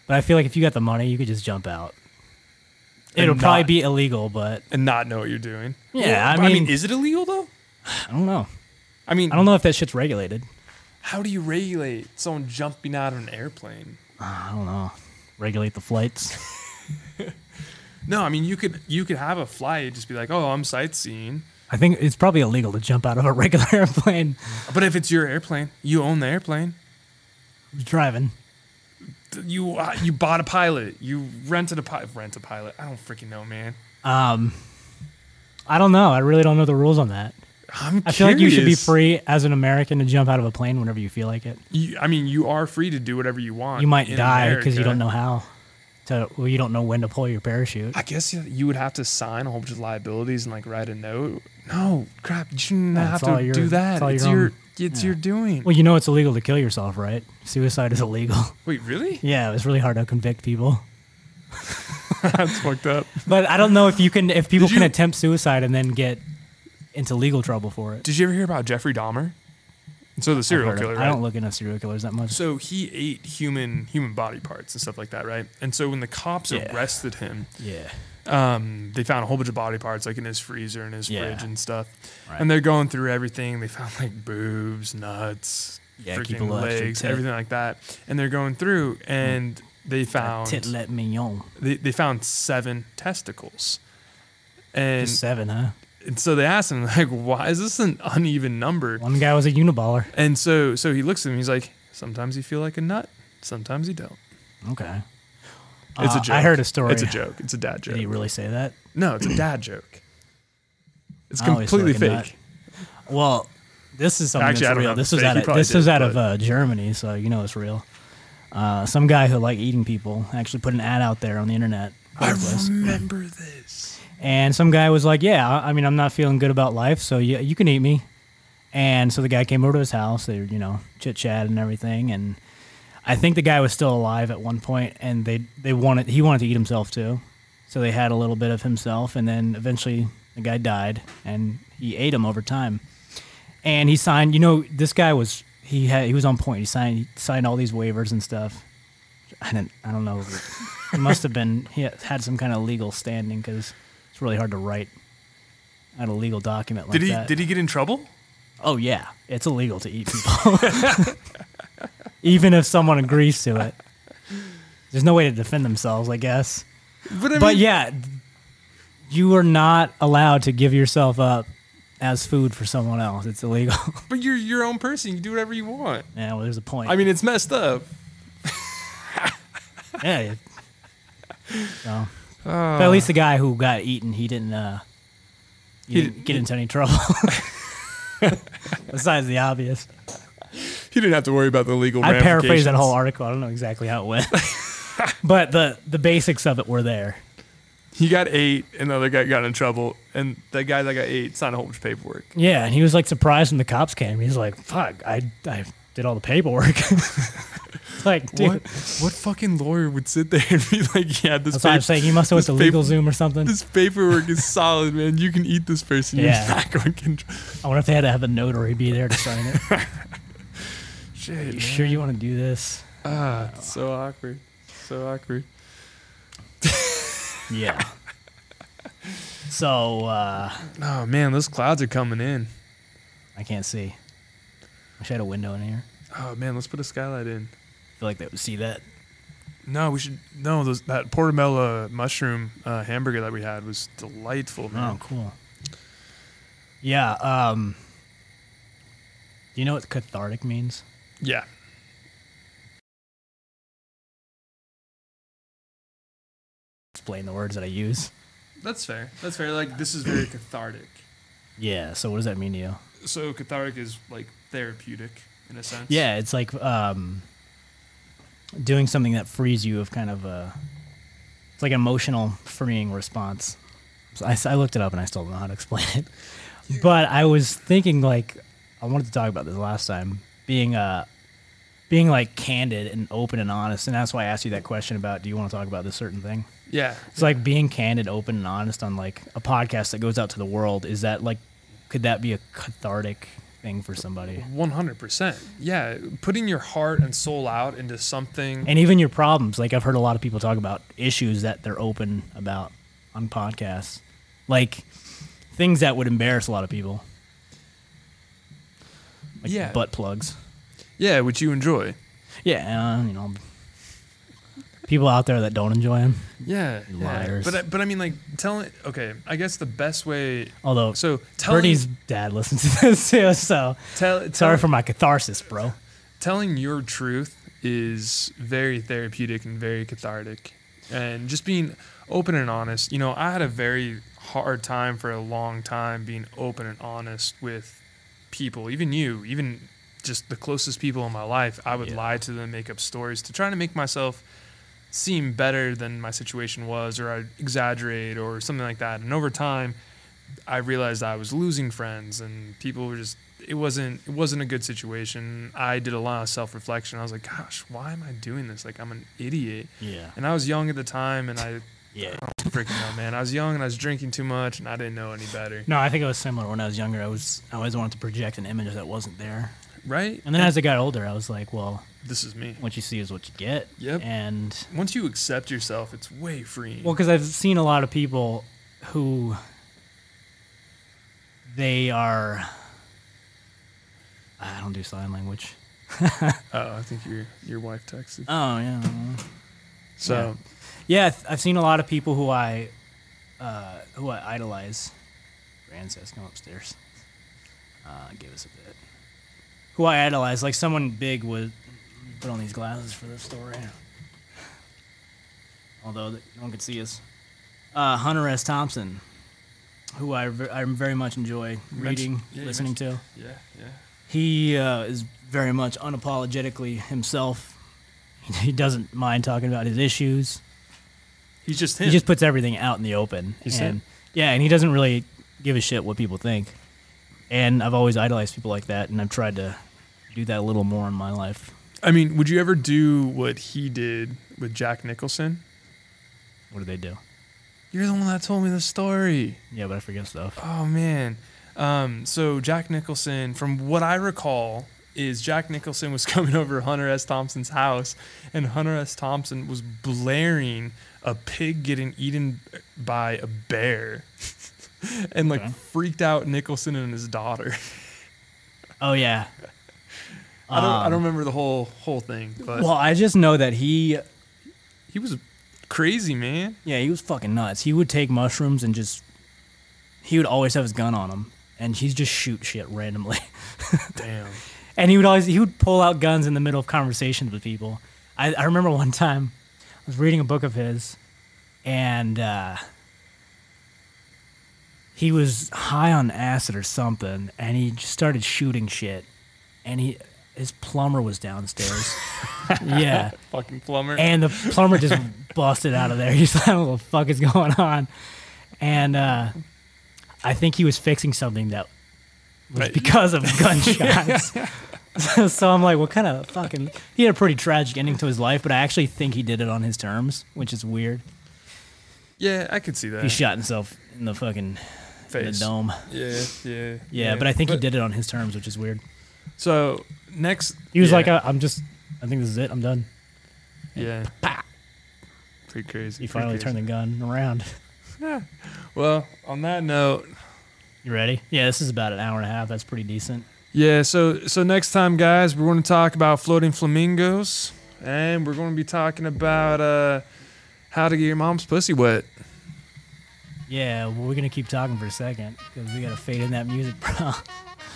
Speaker 2: but I feel like if you got the money, you could just jump out. It'll
Speaker 1: not-
Speaker 2: probably be illegal, but
Speaker 1: And not know what you're doing.
Speaker 2: Yeah, I
Speaker 1: Well,
Speaker 2: mean-
Speaker 1: is it illegal though?
Speaker 2: I don't know.
Speaker 1: I mean,
Speaker 2: I don't know if that shit's regulated.
Speaker 1: How do you regulate someone jumping out of an airplane?
Speaker 2: I don't know. Regulate the flights.
Speaker 1: No, I mean you could you could have a flight just be like, oh, I'm sightseeing.
Speaker 2: I think it's probably illegal to jump out of a regular airplane
Speaker 1: But if it's your airplane, you own the airplane.
Speaker 2: driving.
Speaker 1: You uh, you bought a pilot. You rented a pilot. Rent a pilot. I don't freaking know, man.
Speaker 2: Um, I don't know. I really don't know the rules on that.
Speaker 1: I'm
Speaker 2: I feel like you should be
Speaker 1: curious.
Speaker 2: free as an American to jump out of a plane whenever you feel like it.
Speaker 1: You- I mean, you are free to do whatever you want.
Speaker 2: You might
Speaker 1: in
Speaker 2: die because you
Speaker 1: America.
Speaker 2: don't know how. To, well, you don't know when to pull your parachute.
Speaker 1: I guess you- you would have to sign a whole bunch of liabilities and like write a note. No, crap. You shouldn't
Speaker 2: Yeah,
Speaker 1: have
Speaker 2: it's all
Speaker 1: to
Speaker 2: your-
Speaker 1: do
Speaker 2: it's
Speaker 1: that.
Speaker 2: all
Speaker 1: It's,
Speaker 2: your
Speaker 1: your,
Speaker 2: own-
Speaker 1: it's your doing.
Speaker 2: Well, you know it's illegal to kill yourself, right? Suicide is illegal.
Speaker 1: Wait, really?
Speaker 2: yeah, it's really hard to convict people.
Speaker 1: That's fucked up.
Speaker 2: But I don't know if you can if people
Speaker 1: Did
Speaker 2: can
Speaker 1: you-
Speaker 2: attempt suicide and then get into legal trouble for it.
Speaker 1: Did you ever hear about Jeffrey Dahmer? So the serial
Speaker 2: Heard of-
Speaker 1: killer,
Speaker 2: I
Speaker 1: right?
Speaker 2: don't look into serial killers that much.
Speaker 1: so he ate human human body parts and stuff like that, right? And so when the cops
Speaker 2: Yeah.
Speaker 1: arrested him,
Speaker 2: Yeah.
Speaker 1: um, they found a whole bunch of body parts like in his freezer and his
Speaker 2: Yeah.
Speaker 1: fridge and stuff.
Speaker 2: Right.
Speaker 1: And they're going through everything. They found like boobs, nuts,
Speaker 2: Yeah, keep a Hmm.
Speaker 1: freaking
Speaker 2: little extra
Speaker 1: legs,
Speaker 2: tit.
Speaker 1: everything like that. And they're going through and they found
Speaker 2: Titlet mignon.
Speaker 1: they, they found seven testicles. And,
Speaker 2: Just seven, huh?
Speaker 1: and so they asked him like, why is this an uneven number?
Speaker 2: One guy was a uniballer.
Speaker 1: And so so he looks at him. He's like, sometimes you feel like a nut, sometimes you don't.
Speaker 2: Okay.
Speaker 1: It's
Speaker 2: Uh,
Speaker 1: a joke.
Speaker 2: I heard a story.
Speaker 1: It's a joke. It's a dad
Speaker 2: Did he
Speaker 1: joke.
Speaker 2: really say that?
Speaker 1: No, it's a dad joke. It's
Speaker 2: I always
Speaker 1: completely
Speaker 2: feel like a
Speaker 1: fake.
Speaker 2: Well, this is something
Speaker 1: Actually, I
Speaker 2: that's
Speaker 1: don't know
Speaker 2: real.
Speaker 1: if
Speaker 2: This
Speaker 1: it's
Speaker 2: was
Speaker 1: fake.
Speaker 2: out
Speaker 1: He
Speaker 2: of
Speaker 1: probably
Speaker 2: this was
Speaker 1: did,
Speaker 2: out of
Speaker 1: but-
Speaker 2: uh, Germany, so you know it's real. Uh, some guy who liked eating people actually put an ad out there on the internet.
Speaker 1: I remember this.
Speaker 2: And some guy was like, "Yeah, I I mean, I'm not feeling good about life, so you, you can eat me." And so the guy came over to his house. They, you know, chit chat and everything. And I think the guy was still alive at one point, and they they wanted he wanted to eat himself too. So they had a little bit of himself, and then eventually the guy died, and he ate him over time. And he signed, you know, this guy was he had he was on point. He signed he signed all these waivers and stuff. I didn't. I don't know. It must have been he had some kind of legal standing because it's really hard to write out a legal document like
Speaker 1: Did he
Speaker 2: that.
Speaker 1: did he get in trouble?
Speaker 2: Oh yeah, it's illegal to eat people, even if someone agrees to it. There's no way to defend themselves, I guess.
Speaker 1: But, I
Speaker 2: But
Speaker 1: mean-
Speaker 2: yeah, you are not allowed to give yourself up as food for someone else. It's illegal.
Speaker 1: but you're your own person. You can do whatever you want.
Speaker 2: yeah, well, there's a point.
Speaker 1: I mean, it's messed up.
Speaker 2: yeah. yeah. So,
Speaker 1: Uh.
Speaker 2: but at least the guy who got eaten, he didn't. Uh, he,
Speaker 1: He
Speaker 2: didn't
Speaker 1: didn't-
Speaker 2: get into any trouble. Besides the obvious.
Speaker 1: He didn't have to worry about the legal.
Speaker 2: I paraphrased that
Speaker 1: ramifications.
Speaker 2: whole article. I don't know exactly how it went, but the the basics of it were there.
Speaker 1: He got eight, and the other guy got in trouble, and the guy that got eight signed a whole bunch of paperwork.
Speaker 2: Yeah, and he was like surprised when the cops came. He's like, "Fuck, I I did all the paperwork." It's like, dude,
Speaker 1: What? What fucking lawyer would sit there and be like, "Yeah, this
Speaker 2: that's what I'm
Speaker 1: paper,
Speaker 2: saying. He must have went to
Speaker 1: this
Speaker 2: legal
Speaker 1: paper-
Speaker 2: Zoom or something.
Speaker 1: this paperwork is solid, man. You can eat this person.
Speaker 2: Yeah.
Speaker 1: You're not going to control."
Speaker 2: I wonder if they had to have a notary be there to sign it.
Speaker 1: Shit,
Speaker 2: you
Speaker 1: man.
Speaker 2: sure you want to do this?
Speaker 1: Ah, it's so awkward. So awkward.
Speaker 2: Yeah. so uh,
Speaker 1: Oh man, those clouds are coming in.
Speaker 2: I can't see. Wish I had a window in here.
Speaker 1: Oh man, let's put a skylight in.
Speaker 2: I feel like they would see that.
Speaker 1: No, we should. No, those, that portobello mushroom uh, hamburger that we had was delightful,
Speaker 2: Oh,
Speaker 1: man.
Speaker 2: cool. Yeah. Um, do you know what cathartic means?
Speaker 1: Yeah.
Speaker 2: Explain the words that I use.
Speaker 1: That's fair. That's fair. Like this is very cathartic.
Speaker 2: Yeah. So what does that mean to you?
Speaker 1: So cathartic is like therapeutic in a sense.
Speaker 2: Yeah, it's like um, doing something that frees you of kind of a. It's like an emotional freeing response. So I, s- I looked it up and I still don't know how to explain it. But I was thinking like I wanted to talk about this last time, being uh being like candid and open and honest, and that's why I asked you that question about do you want to talk about this certain thing?
Speaker 1: Yeah.
Speaker 2: It's like being candid, open and honest on like a podcast that goes out to the world. Is that like could that be a cathartic thing for somebody?
Speaker 1: 100%. Yeah. Putting your heart and soul out into something.
Speaker 2: And even your problems, like I've heard a lot of people talk about issues that they're open about on podcasts. Like things that would embarrass a lot of people. Like
Speaker 1: Yeah.
Speaker 2: butt plugs.
Speaker 1: Yeah, which you enjoy.
Speaker 2: Yeah, uh, you know, people out there that don't enjoy them.
Speaker 1: Yeah. yeah.
Speaker 2: Liars.
Speaker 1: But I, but I mean, like, telling. Okay, I guess the best way.
Speaker 2: Although,
Speaker 1: So telling.
Speaker 2: Bertie's dad listens to this too, so
Speaker 1: tell,
Speaker 2: sorry
Speaker 1: tell-
Speaker 2: for my catharsis, bro.
Speaker 1: telling your truth is very therapeutic and very cathartic and just being open and honest you know i had a very hard time for a long time being open and honest with people even you even just the closest people in my life i would
Speaker 2: Yeah.
Speaker 1: lie to them make up stories to try to make myself seem better than my situation was or i'd exaggerate or something like that and over time I realized I was losing friends and people were just it wasn't it wasn't a good situation. I did a lot of self reflection. I was like, gosh, why am I doing this? Like I'm an idiot.
Speaker 2: Yeah.
Speaker 1: And I was young at the time and I
Speaker 2: Yeah.
Speaker 1: freaking out, man. I was young and I was drinking too much and I didn't know any better.
Speaker 2: No, I think it was similar when I was younger. I was I always wanted to project an image that wasn't there.
Speaker 1: Right?
Speaker 2: And then as I got older, I was like, well,
Speaker 1: this is me.
Speaker 2: what you see is what you get.
Speaker 1: Yep.
Speaker 2: And
Speaker 1: Once you accept yourself, it's way freeing.
Speaker 2: Well, because I've seen a lot of people who they are. I don't do sign language.
Speaker 1: oh, I think your your wife texted.
Speaker 2: Oh yeah.
Speaker 1: So
Speaker 2: Yeah, I've- I've seen a lot of people who I uh, who I idolize. Grand says, "Come upstairs." Uh, give us a bit. Who I idolize, like someone big was. Put on these glasses for this story. Although th- no one could see us. Uh, Hunter S. Thompson, who I, ver- I very much enjoy reading,
Speaker 1: yeah, you
Speaker 2: listening to.
Speaker 1: yeah, yeah.
Speaker 2: He uh, is very much unapologetically himself. He doesn't mind talking about his issues
Speaker 1: He's just him.
Speaker 2: he just puts everything out in the open.
Speaker 1: He's
Speaker 2: and,
Speaker 1: him.
Speaker 2: Yeah, and he doesn't really give a shit what people think. And I've always idolized people like that, and I've tried to do that a little more in my life.
Speaker 1: I mean, would you ever do what he did with Jack Nicholson?
Speaker 2: What do they do?
Speaker 1: You're the one that told me the story.
Speaker 2: Yeah, but I forget stuff.
Speaker 1: Oh man. Um, so Jack Nicholson, from what I recall, is Jack Nicholson was coming over to Hunter S. Thompson's house, and Hunter S. Thompson was blaring a pig getting eaten by a bear, and like
Speaker 2: Okay.
Speaker 1: freaked out Nicholson and his daughter.
Speaker 2: Oh yeah.
Speaker 1: I don't, I
Speaker 2: Um,
Speaker 1: don't remember the whole whole thing, but
Speaker 2: Well, I just know that he,
Speaker 1: he was crazy, man.
Speaker 2: yeah, he was fucking nuts. He would take mushrooms and just, he would always have his gun on him, and he'd just shoot shit randomly.
Speaker 1: Damn.
Speaker 2: and he would always he would pull out guns in the middle of conversations with people. I, I remember one time I was reading a book of his, and uh, he was high on acid or something, and he just started shooting shit, and he his plumber was downstairs. yeah,
Speaker 1: Fucking plumber.
Speaker 2: and the plumber just busted out of there. He's like, "What the fuck is going on?" And uh, I think he was fixing something that was
Speaker 1: Right.
Speaker 2: because of gunshots. so I'm like, "What kind of fucking?" He had a pretty tragic ending to his life, but I actually think he did it on his terms, which is weird.
Speaker 1: yeah, I could see that.
Speaker 2: He shot himself in the fucking in the
Speaker 1: Face.
Speaker 2: dome.
Speaker 1: Yeah, yeah, yeah.
Speaker 2: Yeah, but I think he did it on his terms, which is weird.
Speaker 1: So next,
Speaker 2: He was
Speaker 1: yeah,
Speaker 2: like, I, "I'm just, I think this is it. I'm done."
Speaker 1: yeah,
Speaker 2: Pow!
Speaker 1: pretty crazy.
Speaker 2: He finally turned the gun around.
Speaker 1: Well, on that note,
Speaker 2: You ready? Yeah, this is about an hour and a half. That's pretty decent.
Speaker 1: yeah. So so next time, guys, we're going to talk about floating flamingos, and we're going to be talking about uh, how to get your mom's pussy wet.
Speaker 2: Yeah, well, we're gonna keep talking for a second because we gotta fade in that music, bro.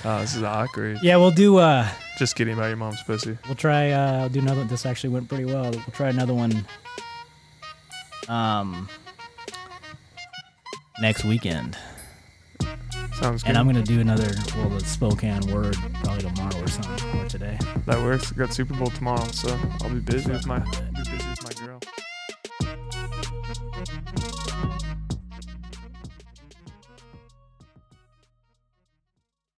Speaker 1: Oh, this is awkward.
Speaker 2: yeah, we'll do. uh
Speaker 1: Just kidding about your mom's pussy.
Speaker 2: We'll try. uh I'll do another. This actually went pretty well. We'll try another one. Um. Next weekend,
Speaker 1: Sounds good.
Speaker 2: and I'm gonna do another. Well, the Spokane word probably tomorrow or something or today.
Speaker 1: that works. I got Super Bowl tomorrow, so I'll be busy with my